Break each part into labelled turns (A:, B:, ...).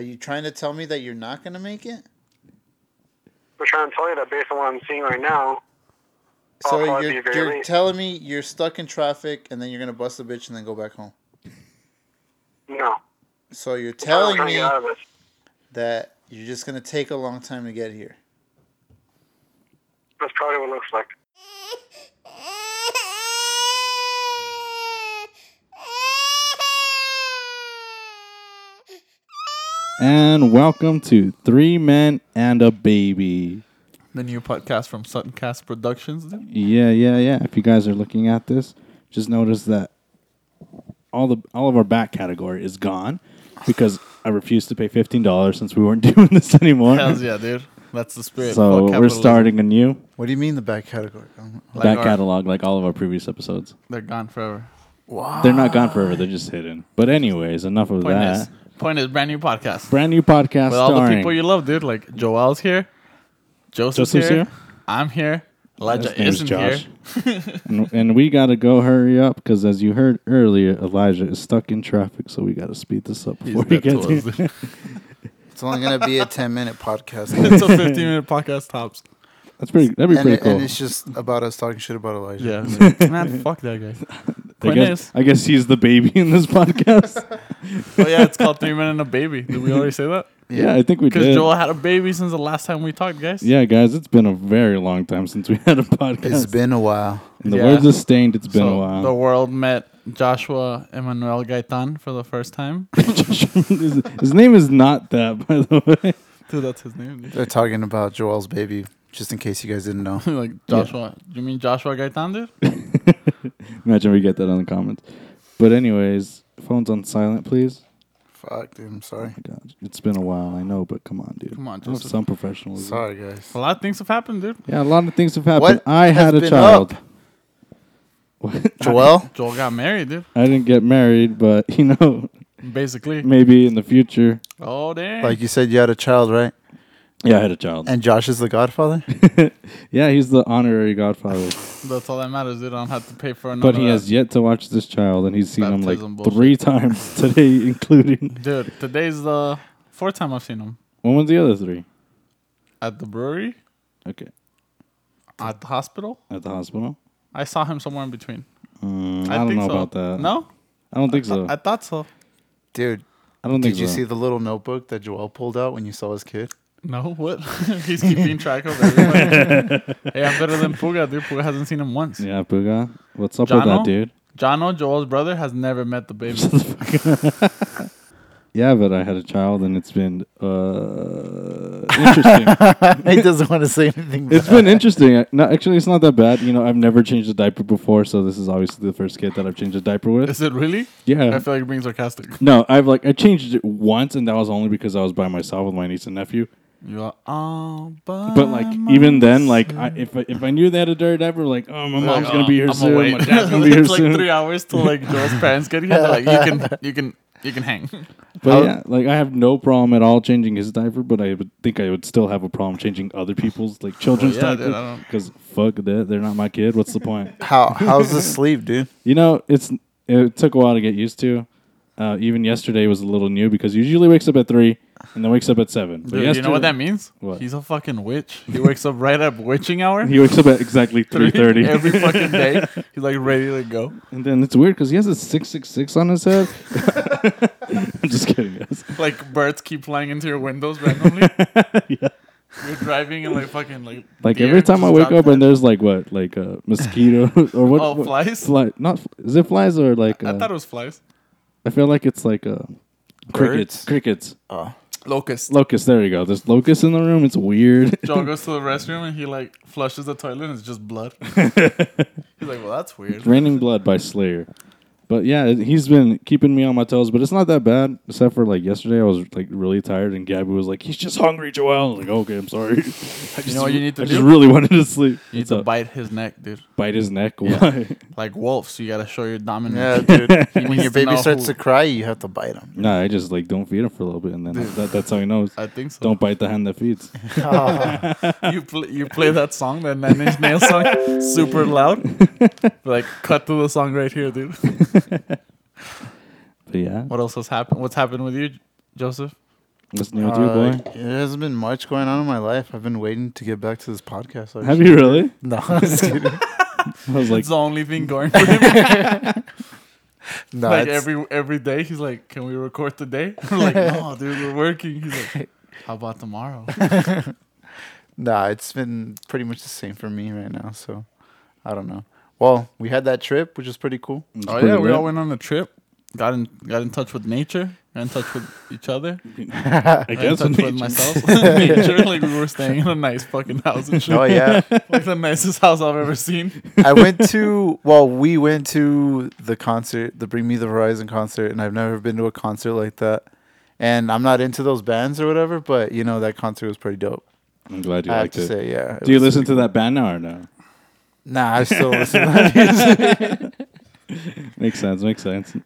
A: Are you trying to tell me that you're not going to make it?
B: I'm trying to tell you that based on what I'm seeing right now. I'll
A: So
B: probably
A: you're,
B: be very
A: you're
B: late.
A: telling me you're stuck in traffic and then you're going to bust a bitch and then go back home.
B: No.
A: So you're
B: I'm
A: telling
B: trying to
A: me
B: get out of this.
A: that you're just going to take a long time to get here.
B: That's probably what it looks like.
C: And welcome to Three Men and a Baby.
D: The new podcast from Suncast Productions. dude.
C: Yeah, yeah, yeah. If you guys are looking at this, just notice that all the all of our back category is gone because I refuse to pay fifteen dollars since we weren't doing this anymore.
D: Hells yeah, dude. That's the spirit. Fuck
C: So we're
D: capitalism.
C: starting a new
A: What do you mean the back category? Um,
D: Like
C: back
D: our-
C: catalog, like all of our previous episodes.
D: They're gone forever.
C: They're not gone forever; they're just hidden. But anyways, enough of
D: Point
C: that.
D: is, point is, brand new podcast.
C: Brand new podcast
D: With all the
C: starring
D: people you love, dude. Like Joel's here, Joseph's,
C: Joseph's
D: here,
C: here.
D: I'm here, Elijah
C: His name's
D: isn't
C: Josh.
D: here.
C: and, and we got to go hurry up because, as you heard earlier, Elijah is stuck in traffic, so we got to speed this up before he
D: dead
C: gets
D: to us,
C: here.
D: dude.
A: it's only going to be a 10 minute podcast.
D: it's a 15 minute podcast tops.
C: That's pretty. That'd be
A: and,
C: pretty
A: it-
C: cool.
A: and it's just about us talking shit about Elijah.
D: Yeah, man, fuck that guy.
C: I
D: Point
C: guess,
D: is,
C: I guess he's the baby in this podcast.
D: oh yeah, it's called Three Men and a Baby. Did we already say that?
C: yeah, I think we
D: Because
C: did.
D: Joel had a baby since the last time we talked, guys.
C: yeah, guys, it's been a very long time since we had a podcast.
A: It's been a while.
C: In the
D: yeah.
C: words of stained, it's been
D: so
C: a while.
D: The world met Joshua Emmanuel Gaitan for the first time.
C: his, his name is not that, by the way.
D: Dude, that's his name. dude.
A: They're talking about Joel's baby, just in case you guys didn't know.
D: like Joshua. You mean Joshua Gaitan, dude?
C: Imagine we get that on the comments. But anyways, phones on silent, please. Oh
A: Fuck, dude. I'm sorry.
C: God, it's been a while, I know, but come on, dude.
D: Come on,
C: Have
D: Joseph.
C: some professionalism.
A: Sorry, guys.
D: A lot of things have happened, dude.
C: Yeah, a lot of things have happened.
A: What
C: I
A: has
C: had a
A: been
C: child.
A: up? Joel?
D: Joel got married, dude.
C: I didn't get married, but you know,
D: Basically.
C: maybe in the future.
D: Oh damn.
A: Like you said, you had a child, right?
C: Yeah, I had a child.
A: And Josh is the godfather?
C: yeah, he's the honorary godfather,
D: that's all that matters, dude. I don't have to pay for another.
C: but he has yet to watch this child, and he's seen him like
D: Baptism bullshit.
C: three times today, including
D: Dude, today's the fourth time I've seen him
C: when was the other three?
D: at the brewery,
C: Okay,
D: at the hospital.
C: at the hospital.
D: I saw him somewhere in between.
C: Mm, I, don't
D: think
C: know
D: so.
C: about that.
D: No,
C: I don't think so.
D: I thought so.
A: Dude,
C: I don't think
A: did you
C: so.
A: see the little notebook that Joel pulled out when you saw his kid?
D: No, what? He's keeping track of everybody. hey, I'm better than Puga, dude. Puga hasn't seen him once.
C: yeah, Puga, what's up with that
D: Jono?
C: dude?
D: Jono, Joel's brother, has never met the baby.
C: Yeah, but I had a child, and it's been uh, interesting.
A: he doesn't want to say anything.
C: It's been interesting. I- No, actually, it's not that bad. You know, I've never changed a diaper before, so this is obviously the first kid that I've changed a diaper with.
D: Is it really? I
C: Yeah.
D: feel like you're being sarcastic.
C: No, I've like I changed it once, and that was only because I was by myself with my niece and nephew.
D: You are all by
C: But like even then, like I, if I, if I knew they had a dirty diaper, like oh my mom's gonna be here
D: I'm
C: soon,
D: awake.
C: my dad's gonna be here
D: it's like
C: soon.
D: three hours till like Joel's parents get here. They're like you can you can you can hang.
C: But yeah, like I have no problem at all changing his diaper, but I would think I would still have a problem changing other people's like children's
D: Oh, yeah, dude, I
C: diapers
D: don't-
C: because fuck that, they're not my kid. What's the point?
A: How how's the sleep, dude?
C: You know, it's it took a while to get used to. Uh, even yesterday was a little new because he usually wakes up at three and then wakes up at seven. But
D: Dude, you know what that
C: yesterday-
D: means?
C: What?
D: He's a fucking witch. He wakes up right at witching hour.
C: He wakes up at exactly three thirty,
D: every fucking day. He's like ready to go.
C: and then it's weird because he has a six six six on his head. I'm just kidding, guys.
D: Like birds keep flying into your windows randomly.
C: Yeah.
D: You're driving and like fucking like
C: Like
D: deer
C: every time I
D: just
C: wake
D: drop
C: up and there's like what, like uh, mosquitoes or what?
D: Oh,
C: what-
D: flies?
C: Fly, not fl- is it flies or like?
D: I
C: Uh,
D: thought it was flies.
C: I feel like it's like uh, crickets. Crickets,
D: Locust.
C: locusts. There you go. There's locusts in the room. It's weird.
D: Joel goes to the restroom and he like flushes the toilet and it's just blood. He's like, well, that's weird.
C: Raining Blood by Slayer. But yeah, it- he's been keeping me on my toes, but it's not that bad. Except for like yesterday, I was like really tired, and Gabby was like, "He's just hungry, Joel." I was like, "Okay, I'm sorry." I just,
D: know what you need to
C: I
D: do?
C: just really wanted to sleep.
D: You need
C: What's
D: to
C: up?
D: bite his neck, dude.
C: Bite his neck. Why?
D: Like wolves, you gotta show your
A: Yeah,
D: dominance.
A: dude.
D: When
A: When your baby starts to cry, you have to bite him.
C: nah, I just like don't feed him for a little bit, and then that, that's how he knows.
D: I think so.
C: Don't bite the hand that feeds.
D: you play you play that song, that Nine Inch Nails song, super loud. like cut to the song right here, dude.
C: But yeah,
D: What else has happened? What's happened with you, Joseph?
C: What's new with you, boy?
A: Uh, there hasn't been much going on in my life. I've been waiting to get back to this podcast. I
C: Have you really?
D: No, it's
C: I was like,
D: the only thing going for him.
A: No,
D: like
A: it's-
D: every every day, he's like, "Can we record today?" I'm like, "No, dude, we're working." He's like, "How about tomorrow?"
A: Nah, it's been pretty much the same for me right now. So I don't know. Well, we had that trip, which was pretty cool.
D: Oh
C: pretty
D: yeah, we
C: lit.
D: all went on a trip. Got in got in touch with nature. Got in touch with each other.
C: I
D: Got in
C: guess
D: touch with myself. nature, like we were staying in a nice fucking house and shit.
A: Oh yeah,
D: Like the nicest house I've ever seen.
A: I went to. Well, we went to the concert, the Bring Me the Horizon concert, and I've never been to a concert like that. And I'm not into those bands or whatever, but you know that concert was pretty dope.
C: I'm glad you
A: I have
C: liked
A: to
C: it.
A: say, yeah. it
C: Do you
A: was-
C: listen to that band now or no?
A: Nah, I still listen. To that music.
C: Makes sense. Makes sense.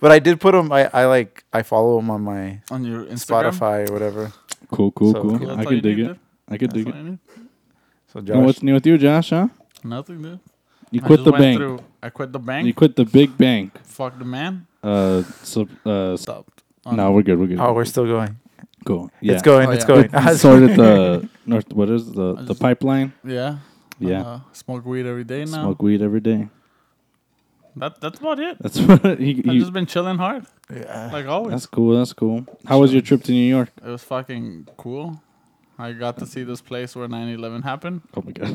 A: But I did put them. I, I like. I follow them on my
D: On your Instagram.
A: Spotify or whatever.
C: Cool, cool,
A: So,
C: cool.
A: yeah.
C: I
D: That's all you
C: can dig
D: need,
C: it.
D: dude?
C: I can
D: That's
C: dig it.
D: what I need.
A: So Josh,
C: And what's new with you, Josh? Huh?
D: Nothing, dude.
C: You
D: I
C: quit
D: just
C: the
D: went
C: bank.
D: through- I quit the
C: You
D: bank.
C: quit the big bank.
D: Fuck the man.
C: Uh, so uh, s-
D: Stopped. Oh,
C: no, we're good. We're good.
A: oh, we're still going.
C: cool. Yeah.
A: It's going.
D: Oh,
A: it's
D: yeah.
A: going.
C: We started the north. What is the the
D: just-
C: pipeline?
D: Yeah.
C: Yeah.
D: Uh, smoke weed every day now.
C: Smoke weed every day.
D: That that's about it.
C: That's what he.
D: I've
C: he-
D: just been chilling hard, like always.
C: that's cool. That's cool. How was your trip to New York?
D: It was fucking cool. I got to see this place where 9/11 happened.
C: Oh my god.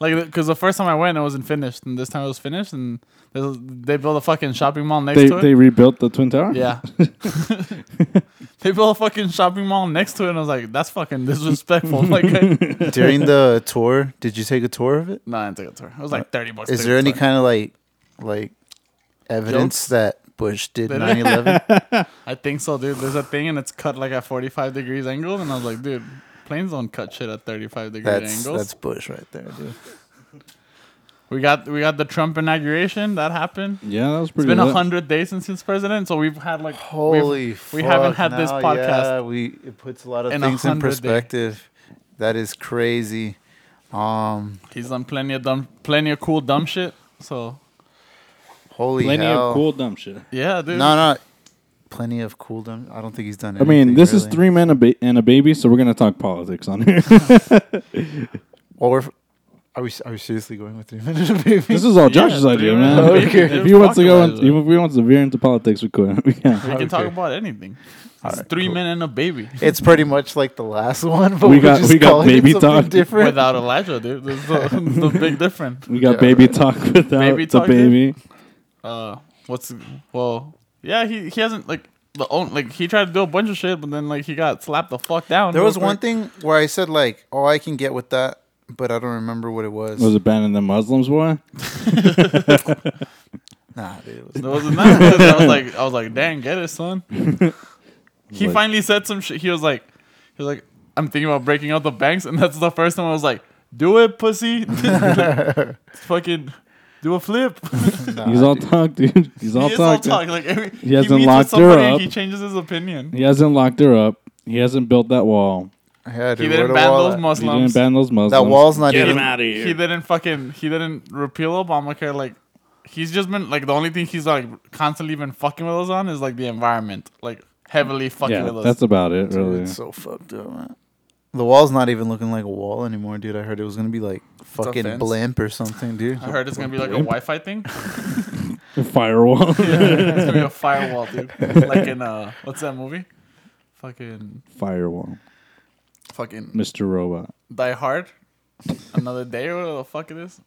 D: Like, because the first time I went, it wasn't finished, and this time it was finished, and this is- they built a fucking shopping mall next
C: they
D: to it.
C: they rebuilt the twin tower.
D: yeah, they built a fucking shopping mall next to it, and I was like, "That's fucking disrespectful." like, I,
A: During the tour, did you take a tour of it?
D: no, I didn't take a tour. It was like thirty bucks.
A: Is
D: to
A: there
D: take a
A: any
D: tour.
A: kind of like, like, evidence
D: Jokes?
A: that Bush did
D: Did
A: 9/11?
D: I think so, dude. There's a thing, and it's cut like at 45 degrees angle, and I was like, dude, planes don't cut shit at 35 degree
A: that's
D: angles.
A: that's Bush right there, dude.
D: We got we got the Trump inauguration that happened.
C: Yeah, that was
D: It's
C: pretty.
D: been a
C: lit.
D: hundred days since he's president, so we've had like we've-
A: Holy,
D: we haven't had this podcast.
A: we it puts a lot of
D: in a
A: things in
D: hundred days.
A: perspective. That is crazy. Um,
D: He's done plenty of dumb, plenty of cool dumb shit. So
A: holy
C: Plenty
A: hell.
C: of cool dumb shit.
D: yeah, dude.
A: No, no, plenty of cool. Dumb. I don't think he's done.
C: I mean,
A: anything,
C: this is
A: really.
C: three men a ba- and a baby, so we're gonna talk politics on here.
A: Or are we? Are we seriously going with three minutes of baby?
C: this is all Josh's
D: three
C: idea,
D: men
C: man.
D: and a baby.
C: If
D: Just
C: he wants to
D: talk
C: go,
D: about
C: in,
D: it.
C: if he wants to veer into politics, we could. We
D: we
C: can.
D: can talk
A: Okay.
D: about anything. It's
A: Alright,
D: three
A: cool.
D: men and a baby
A: It's pretty much like the last one, but
C: We
A: we
C: got-
A: got just
C: we got
A: calling it
C: baby
A: something
C: talk.
A: different.
D: without Elijah, dude. That's the, the big difference.
C: We got
A: Yeah,
C: baby talk without
D: Baby
C: the
D: talk, dude.
C: baby.
D: Uh, what's well, yeah, he he hasn't like the own like he tried to do a bunch of shit, but then like he got slapped the fuck down.
A: There
D: real
A: was one
D: quick.
A: thing where I said like, "Oh, I can get with that," but I don't remember what it was.
C: Was it banning the Muslims, boy?
A: Nah, dude. It was-
D: There wasn't that. good. I was like, I was like, dang, get it, son. he
C: Like-
D: finally said some shit. He was like, he was like, I'm thinking about breaking out the banks, and that's the first time I was like, do it, pussy. Fucking. Do a flip.
A: nah,
C: He's all
A: dude.
C: talk, dude. He's all
D: he is all
C: talk. dude.
D: talk. Like every, he,
C: hasn't
D: meets with
C: locked her
D: somebody and
C: up.
D: He changes his opinion.
C: He hasn't locked her up. He hasn't built that wall.
A: Yeah, dude,
D: he
A: where
D: didn't
A: the
D: ban
A: wall
D: those
A: at?
C: He didn't
D: Muslims.
C: ban those Muslims.
A: That wall's not
C: Get
A: even.
C: him out of here.
D: he didn't fucking he didn't repeal Obamacare. Like he's just been like the only thing he's like constantly been fucking with us on is like the environment, like heavily fucking
C: yeah,
D: with us.
C: that's about it, really.
A: It's so fucked up, man. The wall's not even looking like a wall anymore, dude. I heard it was gonna be like fucking
D: fence.
A: blimp or something, dude.
D: I heard it's gonna be like a Wi-Fi thing.
C: The firewall.
D: it's gonna be a firewall, dude. Like in uh, what's that movie? Fucking
C: firewall.
D: fucking
C: Mr. Robot.
D: Die Hard, Another Day or whatever the fuck it is.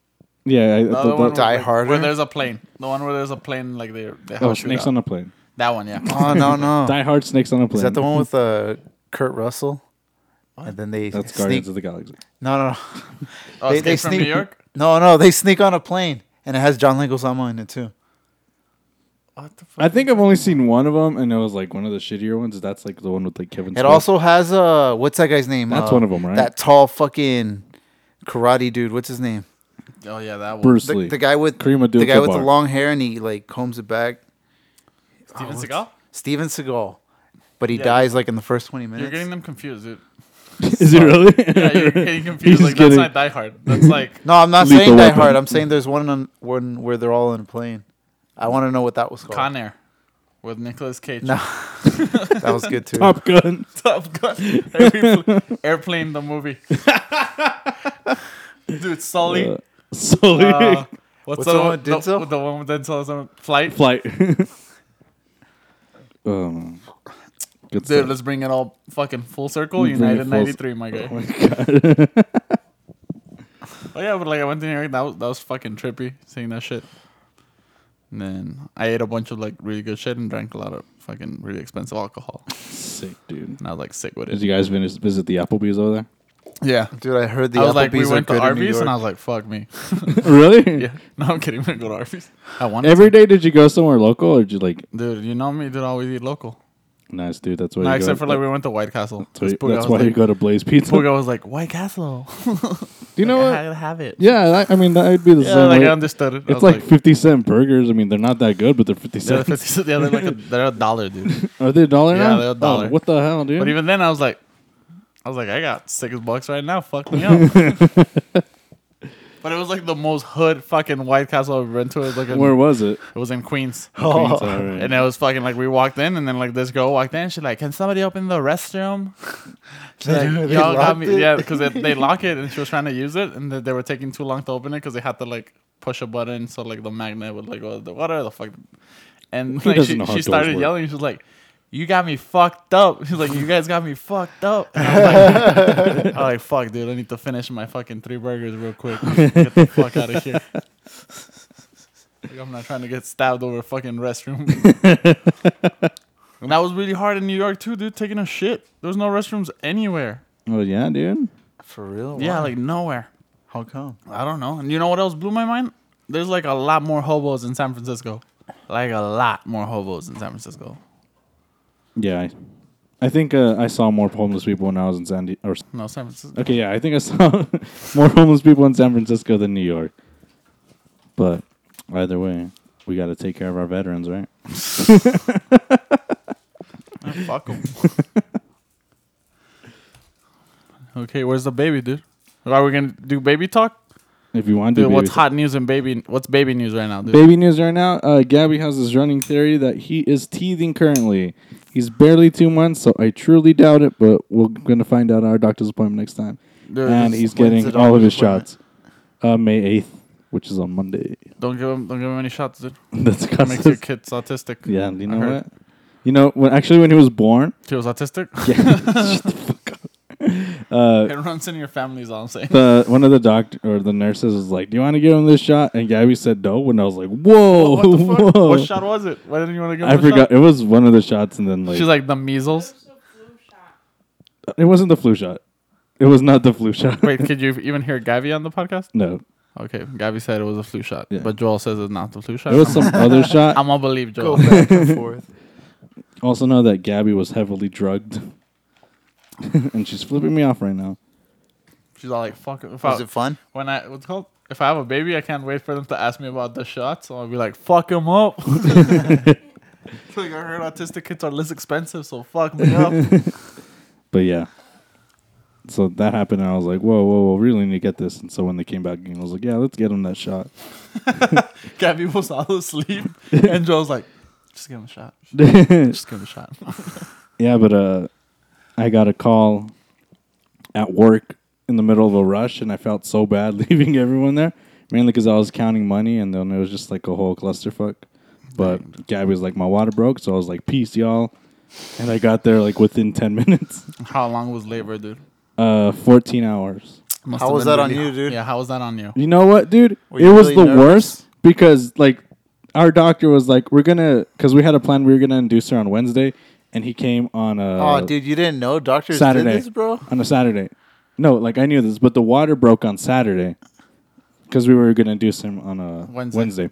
C: Yeah, I, I
D: The
C: thought that-
D: one
C: oh,
A: Die
D: where, like,
A: Harder?
D: where there's a plane. The one where there's a plane like they they have
C: Oh,
D: a
C: snakes
D: shootout.
C: on a plane.
D: that one, yeah.
A: Oh no, no.
C: Die Hard, snakes on a plane.
A: Is that the one with uh, Kurt Russell? And then they
C: That's
A: sneak.
C: Guardians of the Galaxy.
A: no, no, no.
D: Oh,
A: They-
D: Escape
A: they
D: from
A: sneak-
D: New York.
A: No, no. They sneak on a plane, and it has John Leguizamo in it too.
D: What the fuck?
C: I think I've only seen one of them, and it was like one of the shittier ones. That's like the one with like Kevin.
A: It also has uh, what's that guy's name?
C: That's
A: Uh,
C: one of 'em, right?
A: That tall fucking karate dude. What's his name?
D: Oh yeah, that one.
C: Bruce
A: The,
C: Lee.
A: the guy with
C: Kareem
A: the guy with the
C: Abdul-Jabbar.
A: long hair and he like combs it back.
D: Steven
A: what's-
D: Seagal.
A: Steven Seagal, but he
D: Yeah.
A: dies like in the first twenty
D: You're
A: minutes.
D: getting them confused, dude.
C: Is it really?
D: Yeah, you're getting confused.
C: He's
D: like that's
C: getting-
D: not Die Hard. That's like
A: no, I'm not
C: Lethal
A: saying Die
C: Weapon.
D: Oh.
A: Hard. I'm saying there's one on one where they're all in a plane. I want to know what that was called.
D: Con Air. with Nicolas Cage.
A: No. that was good too.
C: Top Gun.
D: Top Gun. Every pl- airplane the movie. Dude, Sully.
C: Uh, Sully.
D: Uh,
A: What's
D: what's, the,
A: the
D: one
A: one
D: with
A: with Denzel?
D: The, the one with Denzel? is on Flight.
C: Flight. um, good
D: Dude,
C: stuff.
D: let's bring it all fucking full circle.
C: Bring it
D: United
C: full cir-
D: '93, my guy.
C: Oh my god.
D: Oh yeah, but like I went to New York. That was that was fucking trippy seeing that shit. And then I ate a bunch of like really good shit and drank a lot of fucking really expensive alcohol.
C: Sick, dude.
D: And I was like sick with
C: Did
D: it.
C: you guys vis- visit the Applebee's over
D: Yeah.
A: Dude, I heard the
D: I was like, we
A: Applebee's
D: went
A: are
D: to
A: good in New
D: Arby's,
A: York.
D: and I was like, fuck me.
C: there? really?
D: yeah. No, I'm kidding. We didn't go to Arby's. I wanted
C: Every day, did you go somewhere local, or did you like?
D: to. Dude, you know me. Dude, I always eat local.
C: Nice, dude. That's why.
D: No,
C: you
D: except
C: go,
D: for like we went to White Castle.
C: That's why, you,
D: 'Cause Puga
C: that's
D: was
C: why you
D: like-
C: go to Blaze Pizza. Do
D: Puga was like, White Castle.
C: you know
D: I
C: what?
D: had to have it.
C: Yeah, that, I mean that would be the
D: Yeah,
C: same.
D: like
C: way.
D: I understood it. I
C: It's
D: was
C: like, fifty cent burgers. I mean, they're not that good, but they're fifty
D: they're,
C: cents.
D: 50 yeah, they're like a, they're a dollar, dude.
C: Are they a dollar
D: Yeah,
C: now?
D: they're a
C: Oh,
D: dollar.
C: what the hell, dude?
D: But even then, I was like, I was like, I got six bucks right now. Fuck me up. but it was like the most hood fucking White Castle I've been to. It was like in-
C: Where was it?
D: it was in Queens.
C: Queens, all right.
D: And it was fucking like we walked in, and then like this girl walked in. She's like, "Can somebody open the restroom?" She's
A: They-
D: like,
A: they
D: "Y'all got
A: locked
D: me,
A: it?
D: yeah." Because they, they lock it, and she was trying to use it, and they, they were taking too long to open it because they had to like push a button so like the magnet would like go the whatever the fuck. And
C: He
D: like,
C: doesn't
D: she,
C: know how
D: she
C: doors
D: started
C: work.
D: yelling. She was like, "You got me fucked up." She's like, "You guys got me fucked up." And I was like, I was like, "Fuck, dude, I need to finish my fucking three burgers real quick. Get the fuck out of here." Like, I'm not trying to get stabbed over a fucking restroom. and that was really hard in New York too, dude. Taking a shit. There was no restrooms anywhere.
C: Oh yeah, dude.
A: For real?
D: Yeah,
A: Why?
D: like nowhere.
A: how come?
D: I don't know. And you know what else blew my mind? There's like a lot more hobos in San Francisco. Like a lot more hobos in San Francisco.
C: Yeah, I, I think uh, I saw more homeless people when I was in San Di- or
D: No, San Francisco.
C: okay, yeah, I think I saw more homeless people in San Francisco than New York. But either way, we got to take care of our veterans, right?
D: Ah, fuck 'em. okay, where's the baby, dude? Are we gonna do baby talk?
C: If you want to,
D: Dude,
C: baby,
D: what's hot news and baby? What's baby news right now, dude?
C: Baby news right now. Uh, Gabby has this running theory that he is teething currently. He's barely two months, so I truly doubt it. But we're gonna find out at our doctor's appointment next time.
D: Dude,
C: and
D: this-
C: he's
A: when's
C: getting
A: the
C: all of his
A: doctor's
C: shots. Uh, May eighth, which is on Monday.
D: Don't give him don't give him any shots, dude.
C: That's
D: That makes your
C: because
D: kids autistic.
C: yeah. You
D: I
C: know
D: heard.
C: what? You know when actually when he was born.
D: She was autistic.
C: Uh,
D: it runs in your family, is all I'm saying.
C: the one of the doctor or the nurses was like, "Do you want to give him this shot?" And Gabby said no. When I was like, "Whoa,
D: what the fuck?
C: whoa!"
D: What shot was it? Why didn't you want to give him
C: Oh. I
D: a shot?
C: forgot. It was one of the shots, and then like,
D: She's like the measles.
C: it wasn't the flu shot. It was not the flu shot.
D: Wait, could you even hear Gavi on the podcast?
C: no,
D: Okay, Gavi said it was a flu shot,
C: Yeah.
D: but Joel says it's not the flu shot.
C: it was some other shot.
D: I'm gonna believe
A: Go
D: Joel.
A: back and forth.
C: Also know that Gabby was heavily drugged, and she's flipping me off right now.
D: She's all like, "Fuck it." If
A: Was
D: I,
A: it fun?
D: when I what's it called? If I have a baby, I can't wait for them to ask me about the shots. So I'll be like, "Fuck him up." It's like I heard autistic kids are less expensive, so fuck me up.
C: But yeah. So that happened, and I was like, "Whoa, whoa, whoa! Really need to get this." And so when they came back, again, I was like, "Yeah, let's get him that shot."
D: Gabby was all asleep, and Joel's like, "Just give him a shot. Just give him a shot."
C: Yeah, but uh, I got a call at work in the middle of a rush, and I felt so bad leaving everyone there, mainly because I was counting money, and then it was just like a whole clusterfuck. But Gabby was like, "My water broke," so I was like, "Peace, y'all," and I got there like within ten minutes,
D: How long was labor, dude?
C: uh, fourteen hours.
D: Must
A: How
D: have
A: was
D: been
A: that on
D: really
A: you,
D: hot.
A: dude?
D: Yeah, how was that on you?
C: You know what, dude?
A: Were
C: it
A: you
C: was
A: really
C: the
A: nervous?
C: worst because like our doctor was like, "We're gonna," because we had a plan. We were gonna induce her on Wednesday, and he came on a
A: oh, dude, you didn't know doctors
C: Saturday,
A: did this, bro?
C: On a Saturday. No, like I knew this, but the water broke on Saturday because we were gonna induce him on a
D: Wednesday.
C: Wednesday.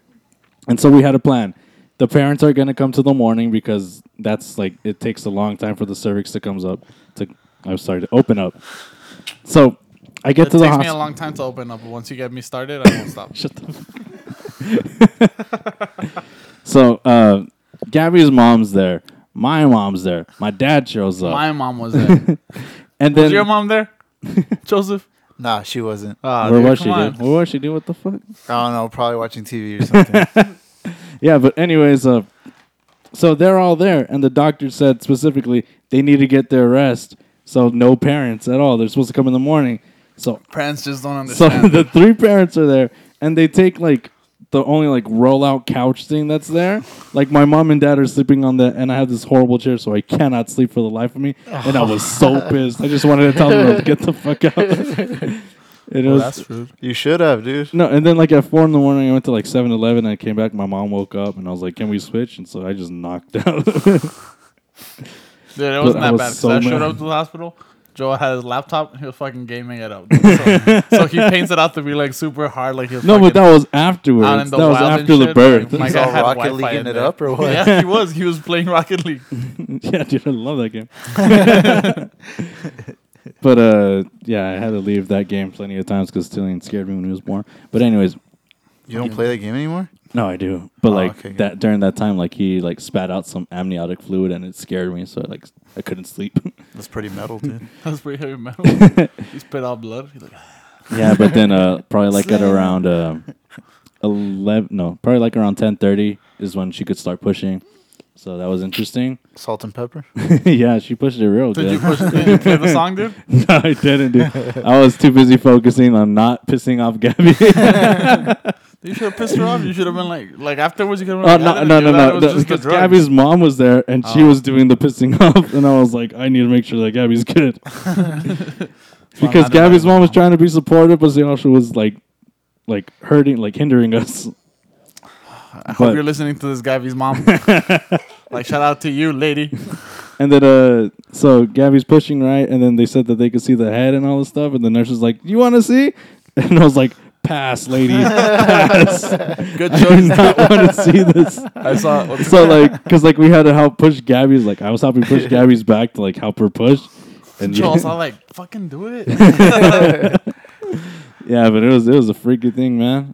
C: and so we had a plan. The parents are gonna come to the morning because that's like it takes a long time for the cervix to comes up to. I'm sorry to open up. So I get
D: It
C: to the
D: takes me a
C: hospital.
D: long time to open up, but once you get me started, I won't stop.
C: Shut the fuck up. so, uh, Gabby's mom's there. My mom's there. My dad shows up.
D: My mom was there.
C: and then
D: Was your mom there? Joseph?
A: Nah, she wasn't.
D: Ah,
C: where
D: dude,
C: was she,
D: come on.
C: dude? Where was she, dude? What the fuck?
A: I don't know, probably watching TV or something.
C: Yeah, but anyways, uh, So they're all there, and the doctor said specifically they need to get their rest. So no parents at all. They're supposed to come in the morning. So
D: Parents just don't
C: so
D: understand.
C: the three parents are there, and they take like the only like rollout couch thing that's there. Like my mom and dad are sleeping on the, and I have this horrible chair, so I cannot sleep for the life of me. And I was so pissed. I just wanted to tell them to get the fuck out. and it
D: Well,
C: was
D: that's rude.
A: You should have, dude.
C: no, and then like at four in the morning, I went to like 7 Eleven. I came back. My mom woke up and I was like, Can we switch? And so I just knocked out.
D: Dude, it wasn't
C: I
D: that
C: was
D: bad. 'cause
C: so
D: I showed
C: mad.
D: up to the hospital. Joel had his laptop and he was fucking gaming it up. dude. So, so he paints it out to be like super hard, like he was
C: no, but
D: fucking
C: that was afterwards.
D: out in
C: That
D: the
C: was
D: wild and
C: after the
D: shit.
C: birth.
D: Like, my
A: He's
D: guy
A: all
D: had
A: Rocket
D: Wi-Fi
A: Leaguing
D: in
A: it
D: there.
A: up or what?
D: yeah, he was. He was playing Rocket League.
C: yeah, dude, I love that game. but uh, yeah, I had to leave that game plenty of times because Tillian scared me when he was born. But anyways,
A: You don't play that game anymore?
C: no, I do. But
A: Oh,
C: like
A: okay.
C: that during that time, like he like spat out some amniotic fluid and it scared me, so like I couldn't sleep.
A: That's pretty metal, dude.
D: That's pretty heavy metal. he spit out blood. He's like,
C: yeah, but then uh, probably like at around um eleven, no, probably like around ten thirty is when she could start pushing. So that was interesting.
A: Salt and pepper.
C: yeah, she pushed it real
D: did
C: good.
D: you push? Did you play the song, dude?
C: No, I didn't, dude. I was too busy focusing on not pissing off Gabby.
D: You should have pissed her off. You should have been like, like afterwards. You could have
C: oh,
D: been
C: no,
D: like,
C: no, no, no.
D: It was
C: no,
D: just the
C: Because
D: drugs. Oh.
C: Gabby's mom was there and she was doing the pissing off, and I was like, I need to make sure that Gabby's good. because
D: not
C: Gabby's
D: another
C: mom was trying to be supportive, but she also was like, like hurting, like hindering us.
D: I hope
C: but-
D: you're listening to this Gabby's mom. like, shout out to you, lady.
C: And then, uh, so Gabby's pushing right, and then they said that they could see the head and all this stuff, and the nurse was like, "You want to see?" And I was like, "Pass, lady, pass.
D: Good
C: I do
D: choice.
C: not want to see this."
D: I saw. what's-
C: So like, cause like we had to help push Gabby's, like I was helping push Gabby's back to like help her push, and
D: Joel
C: yeah,
D: saw like, fucking do it.
C: yeah, but it was it was a freaky thing, man.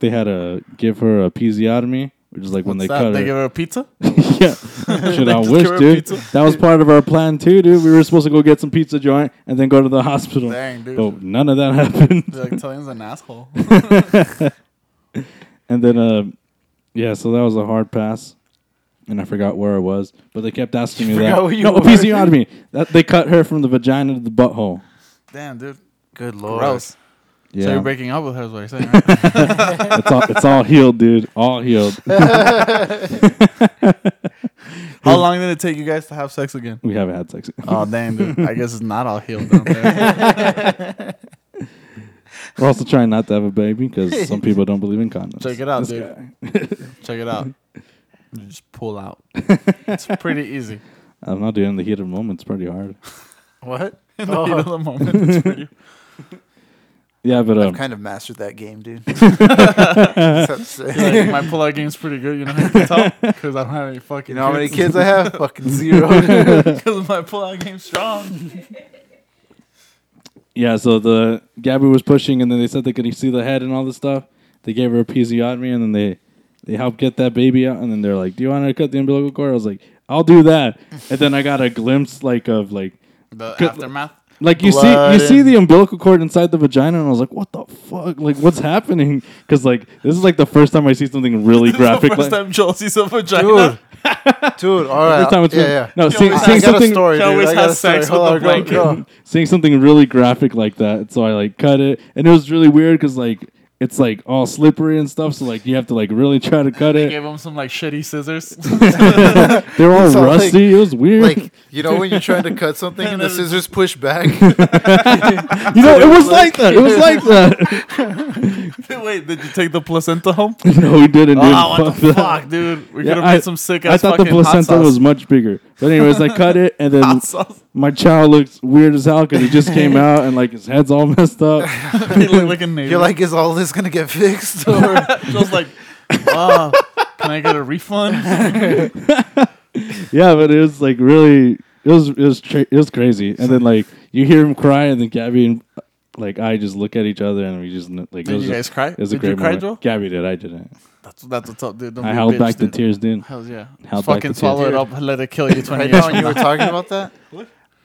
C: They had to give her a episiotomy, which is like when they
D: What's that?
C: cut
D: they
C: her.
D: give her a pizza.
C: yeah. Should I
D: just
C: wish,
D: give her
C: dude.
D: pizza.
C: That was part of our plan too, dude. We were supposed to go get some pizza joint and then go to the hospital.
D: Dang, dude.
C: So none of that happened.
D: They're like, Italian's an asshole.
C: And then, uh, yeah, so that was a hard pass. And I forgot where I was, but they kept asking me
A: forgot
C: that.
A: where you
C: no,
A: were.
C: episiotomy. That, they cut her from the vagina to the butthole.
D: Damn, dude.
A: Good lord.
D: Gross. So
C: Yeah,
D: you're breaking up with her, is what you're saying, right?
C: it's all it's all healed, dude. All healed.
D: How long did it take you guys to have sex again?
C: we haven't had sex.
D: Oh, damn, dude. I guess it's not all healed down there.
C: We're also trying not to have a baby because some people don't believe in condoms.
D: Check it out,
C: This
D: dude.
C: guy.
D: Check it out. You just pull out. It's pretty easy.
C: I'm not doing the heat of the moment. It's pretty hard.
A: What?
D: In the heat of the moment, it's pretty.
C: Yeah, but um,
A: I've kind of mastered that game, dude. That's upsetting.
D: Like, my pull-out game's pretty good. You know how you can tell? Because I don't have any fucking.
A: You know how many kids I have? Fucking zero.
D: Because my pull-out game's strong.
C: Yeah, so the Gabby was pushing, and then they said they could see the head and all this stuff. They gave her a episiotomy, and then they they helped get that baby out. And then they're like, "Do you want her to cut the umbilical cord?" I was like, "I'll do that." And then I got a glimpse, like of like
D: The
C: Good-
D: aftermath.
C: like you
A: Blood
C: see you see
A: and-
C: the umbilical cord inside the vagina, and I was like, "What the fuck? Like, what's happening?" Because like this is like the first time I see something really graphic.
D: First
C: like,
D: time Joel sees a vagina.
A: dude. Dude, all right.
C: First time it's
A: yeah,
C: been-
A: yeah.
C: no,
D: Yo,
C: see-
D: it's-
C: seeing
A: I got a
C: something
A: story,
D: She
A: dude.
D: always
A: I got
D: has
A: a story.
D: sex
A: Hold
D: with
A: on,
D: the
A: go,
D: blanket.
A: go.
C: seeing something really graphic like that. So I like cut it, and it was really weird because like it's like all slippery and stuff. So like you have to like really try to cut
D: They
C: it.
D: gave him some like shitty scissors.
C: They're all
A: So, like-
C: rusty. it was weird.
A: Like, you know when you're trying to cut something and the scissors push back?
C: you know, it was
A: like-
C: like that. It was like that.
D: Wait, did you take the placenta home?
C: no, we didn't. dude.
D: Oh, what the
C: that.
D: fuck, dude? We
C: Yeah,
D: could have made some sick
C: I
D: ass
C: thought
D: fucking
C: the placenta
D: hot sauce.
C: was much bigger. But anyways, I cut it, and then
D: hot sauce.
C: my child looks weird as hell because he just came out and like his head's all messed up.
D: He looked like a neighbor.
A: You're like, is all this going to get fixed? Or
D: Joel's like, oh, can I get a refund?
C: Yeah, but it was like really, it was it was tra- it was crazy. And then like you hear him cry, and then Gabby and like I just look at each other, and we just kn- like. it
D: Did
C: was
D: you
C: a-
D: guys cry?
C: It was a
D: Did
C: great
D: you cry,
C: moment.
D: Joel?
C: Gabby did. I didn't.
D: That's, that's what's up, dude. Don't
C: I
D: be a
C: held
D: bitch,
C: back
D: dude.
C: the tears, dude.
D: Hell yeah.
C: Held back
D: fucking
C: the
D: swallow it
A: tears.
D: up and let it kill you 20
A: right
D: years
A: now
D: from
A: when you were
D: now.
A: talking about that?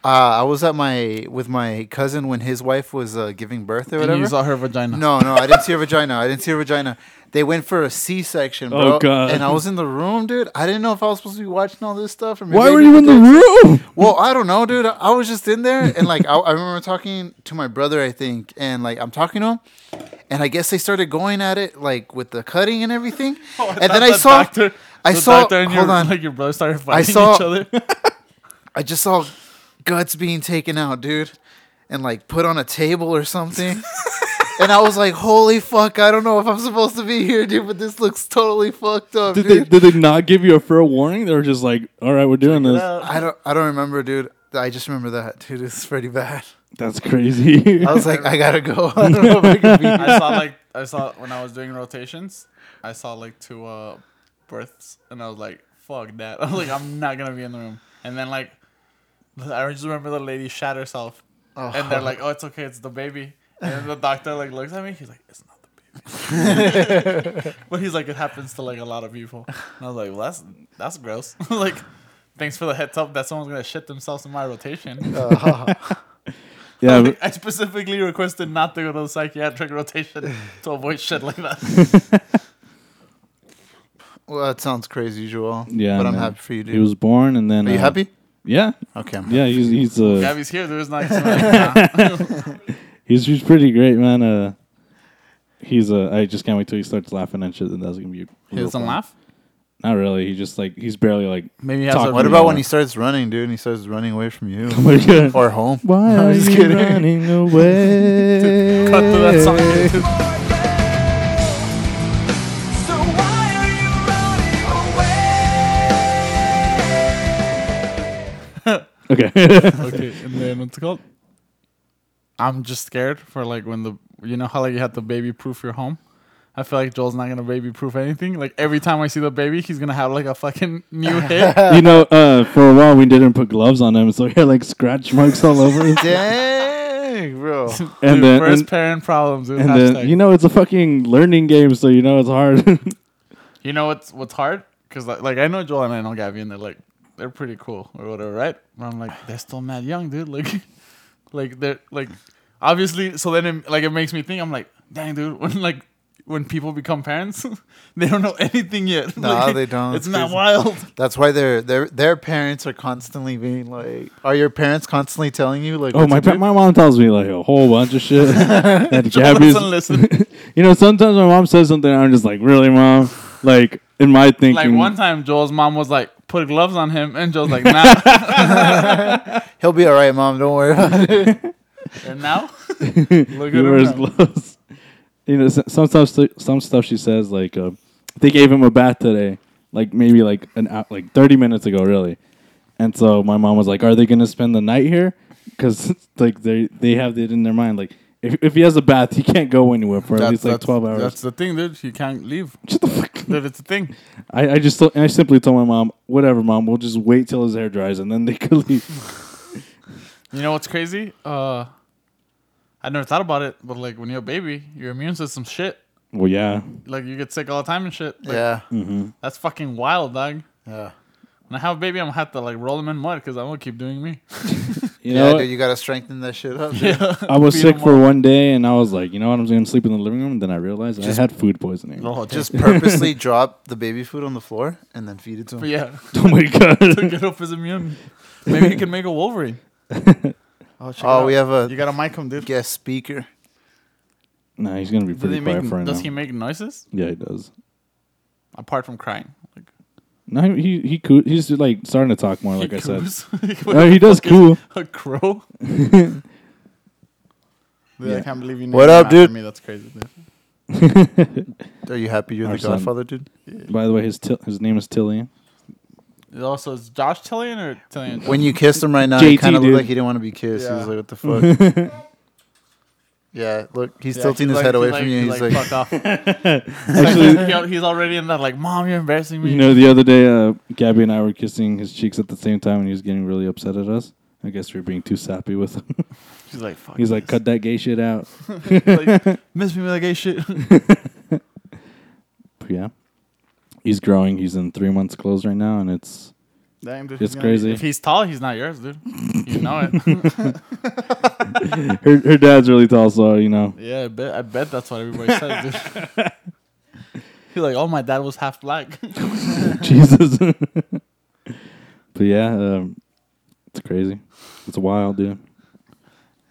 A: Uh, I was at my with my cousin when his wife was uh, giving birth or
D: And
A: whatever.
D: you saw her vagina.
A: No, no, I didn't see her vagina. I didn't see her vagina. They went for a C-section, bro.
C: Oh, God.
A: And I was in the room, dude. I didn't know if I was supposed to be watching all this stuff. Or maybe
C: Why
A: I
C: were
A: didn't
C: you in the
A: do it.
C: room?
A: Well, I don't know, dude. I was just in there, and like I, I remember talking to my brother, I think, and like I'm talking to him, and I guess they started going at it like with the cutting and everything,
D: Oh,
A: and then I saw,
D: Doctor,
A: I
D: the
A: saw.
D: doctor and
A: hold
D: your,
A: on,
D: Like your brother started fighting
A: saw-
D: each other.
A: I just saw guts being taken out, dude, and like put on a table or something. and I was like, "Holy fuck! I don't know if I'm supposed to be here, dude, but this looks totally fucked up,
C: Did they
A: dude."
C: did they not give you a fair warning? They were just like, all right, we're doing this.
A: I don't, I don't remember, dude. I just remember that, dude. It's pretty bad.
C: That's crazy.
A: I was like, I gotta go. I don't know if I can be here.
D: I saw like I saw when I was doing rotations, I saw like two uh births, and I was like, "Fuck that!" I was like, "I'm not gonna be in the room." And then like, I just remember the lady shat herself, and they're like, "Oh, it's okay, it's the baby." And then the doctor like looks at me, he's like, "It's not the baby," but he's like, "It happens to like a lot of people." And I was like, "Well, that's that's gross." like. Thanks for the heads up that someone's gonna shit themselves in my rotation.
C: yeah, but-
D: I specifically requested not to go to the psychiatric rotation to avoid shit like that.
A: Well, that sounds crazy, Joel.
C: Yeah,
A: but I'm
C: man.
A: happy for you, dude.
C: he was born and then.
A: Are you
C: uh,
A: happy?
C: Yeah,
A: Okay. I'm
C: yeah. He's he's uh,
D: Gabby's here. There's not. he's like, nah.
C: he's he's pretty great, man. Uh, he's uh, I just can't wait till he starts laughing and shit. And that's gonna be. a
D: He
C: real
D: doesn't
C: fun.
D: laugh.
C: Not really. He just like he's barely like.
D: Maybe he has
C: Talk
D: a-
A: What
C: Yeah.
A: about when he starts running, dude, and he starts running away from you or home?
C: Why
A: No,
C: are
A: I'm just
C: you
A: kidding.
C: running away?
D: Cut to that song. dude.
E: So why are you running away?
C: Okay.
D: okay, and then what's it called? I'm just scared for like when the you know how like you have to baby proof your home. I feel like Joel's not gonna baby proof anything. Like every time I see the baby, he's gonna have like a fucking new hit.
C: you know, uh, for a while we didn't put gloves on him, so he had like scratch marks all over. his-
A: Dang, bro.
C: And
D: Dude,
C: then-
D: first
C: and-
D: parent problems. Dude,
C: and
D: hashtag.
C: then you know it's a fucking learning game, so you know it's hard.
D: You know what's what's hard? Cause like, like I know Joel and I know Gabby, and they're like they're pretty cool or whatever, right? But I'm like they're still mad young, dude. Like, like they're like obviously. So then it, like it makes me think. I'm like, dang, dude. When like when people become parents, they don't know anything yet.
A: No,
D: Like,
A: they don't.
D: It's
A: It's
D: not
A: crazy.
D: wild.
A: That's why their their their parents are constantly being like, are your parents constantly telling you like,
C: Oh my! Pa- my mom tells me like a whole bunch of shit. that Gabby's,
D: doesn't listen.
C: you know, sometimes my mom says something, and I'm just like, really, mom? Like in my thinking,
D: Like one time, Joel's mom was like, put gloves on him, and Joel's like, nah.
A: he'll be all right, mom. Don't worry about it.
D: and now, look at
C: he
D: him.
C: wears
D: now.
C: gloves. you know, s- some stuff, some stuff she says like, uh, they gave him a bath today, like maybe like an hour, like 30 minutes ago, really. And so my mom was like, "Are they gonna spend the night here? Because like they they have it in their mind, like if, if he has a bath, he can't go anywhere for at least like 12 hours."
D: That's the thing, dude. You can't leave.
C: Shut the fuck up.
D: Dude, it's a thing.
C: I, I just told, I simply told my mom, whatever, mom, we'll just wait till his hair dries and then they could leave.
D: You know what's crazy? Uh, I never thought about it, but like when you're a baby, your immune system's shit.
C: well, yeah,
D: Like you get sick all the time and shit. Like,
A: yeah,
D: That's fucking wild, dog.
A: yeah,
D: When I have a baby, I'm gonna have to like roll him in mud because I'm gonna keep doing me.
C: you
A: yeah,
C: know,
A: dude. You gotta strengthen that shit up. Dude.
C: I was
D: feed
C: sick
D: him
C: for one day and I was like, you know what, I'm gonna sleep in the living room. And then I realized I had food poisoning.
D: Oh,
A: Just purposely drop the baby food on the floor and then feed it to him.
D: yeah,
C: Oh my
D: to
C: god,
D: get up his immune. Maybe you can make a Wolverine. Oh, check it
A: Oh, we
D: out.
A: have a
D: You gotta mic him, dude.
A: guest speaker.
C: nah, he's gonna be
D: Does, he
C: pretty
D: make,
C: quiet for
D: does he
C: now.
D: make noises
C: Yeah, he does.
D: apart from crying? Like,
C: No, he he coo- he's like starting to talk more. Like I said,
D: coos? Like, what
C: no,
D: the
C: he does
D: fuck is
C: cool.
D: A crow? Dude, I
C: Yeah.
D: can't believe you. named
A: What
D: him
A: up,
D: after
A: dude?
D: Me, that's crazy, dude.
A: Are you happy you're
C: Our
A: the
C: son.
A: Godfather, dude?
C: By the way, his til- his name is Tilly.
D: It Also, is Josh Tillian or Tillian?
A: When you kissed him right now, he
C: JT,
A: kind of
C: dude.
A: looked like he didn't want to be kissed. He
D: Yeah.
A: was like, "What the fuck?" yeah, look, he's
D: Yeah,
A: tilting his
D: he's like-
A: head away
D: he's
A: from you. He's like,
D: "Fuck off."
C: Actually,
D: He al- he's already in that, like, mom, you're embarrassing me.
C: you know, the other day, uh, Gabby and I were kissing his cheeks at the same time, and he was getting really upset at us. I guess we were being too sappy with him.
D: She's like, fuck.
C: He's like,
D: this.
C: cut that gay shit out.
D: Like, miss me with that gay shit.
C: But yeah, he's growing. He's in three months clothes right now, and it's
D: Damn, dude.
C: It's
D: he's
C: crazy.
D: If he's tall, he's not yours, dude. You know it.
C: Her her dad's really tall, so you know.
D: yeah, I bet, I bet that's what everybody says, dude. He's like, oh, my dad was half black.
C: Jesus. but yeah, um, it's crazy. It's wild, dude.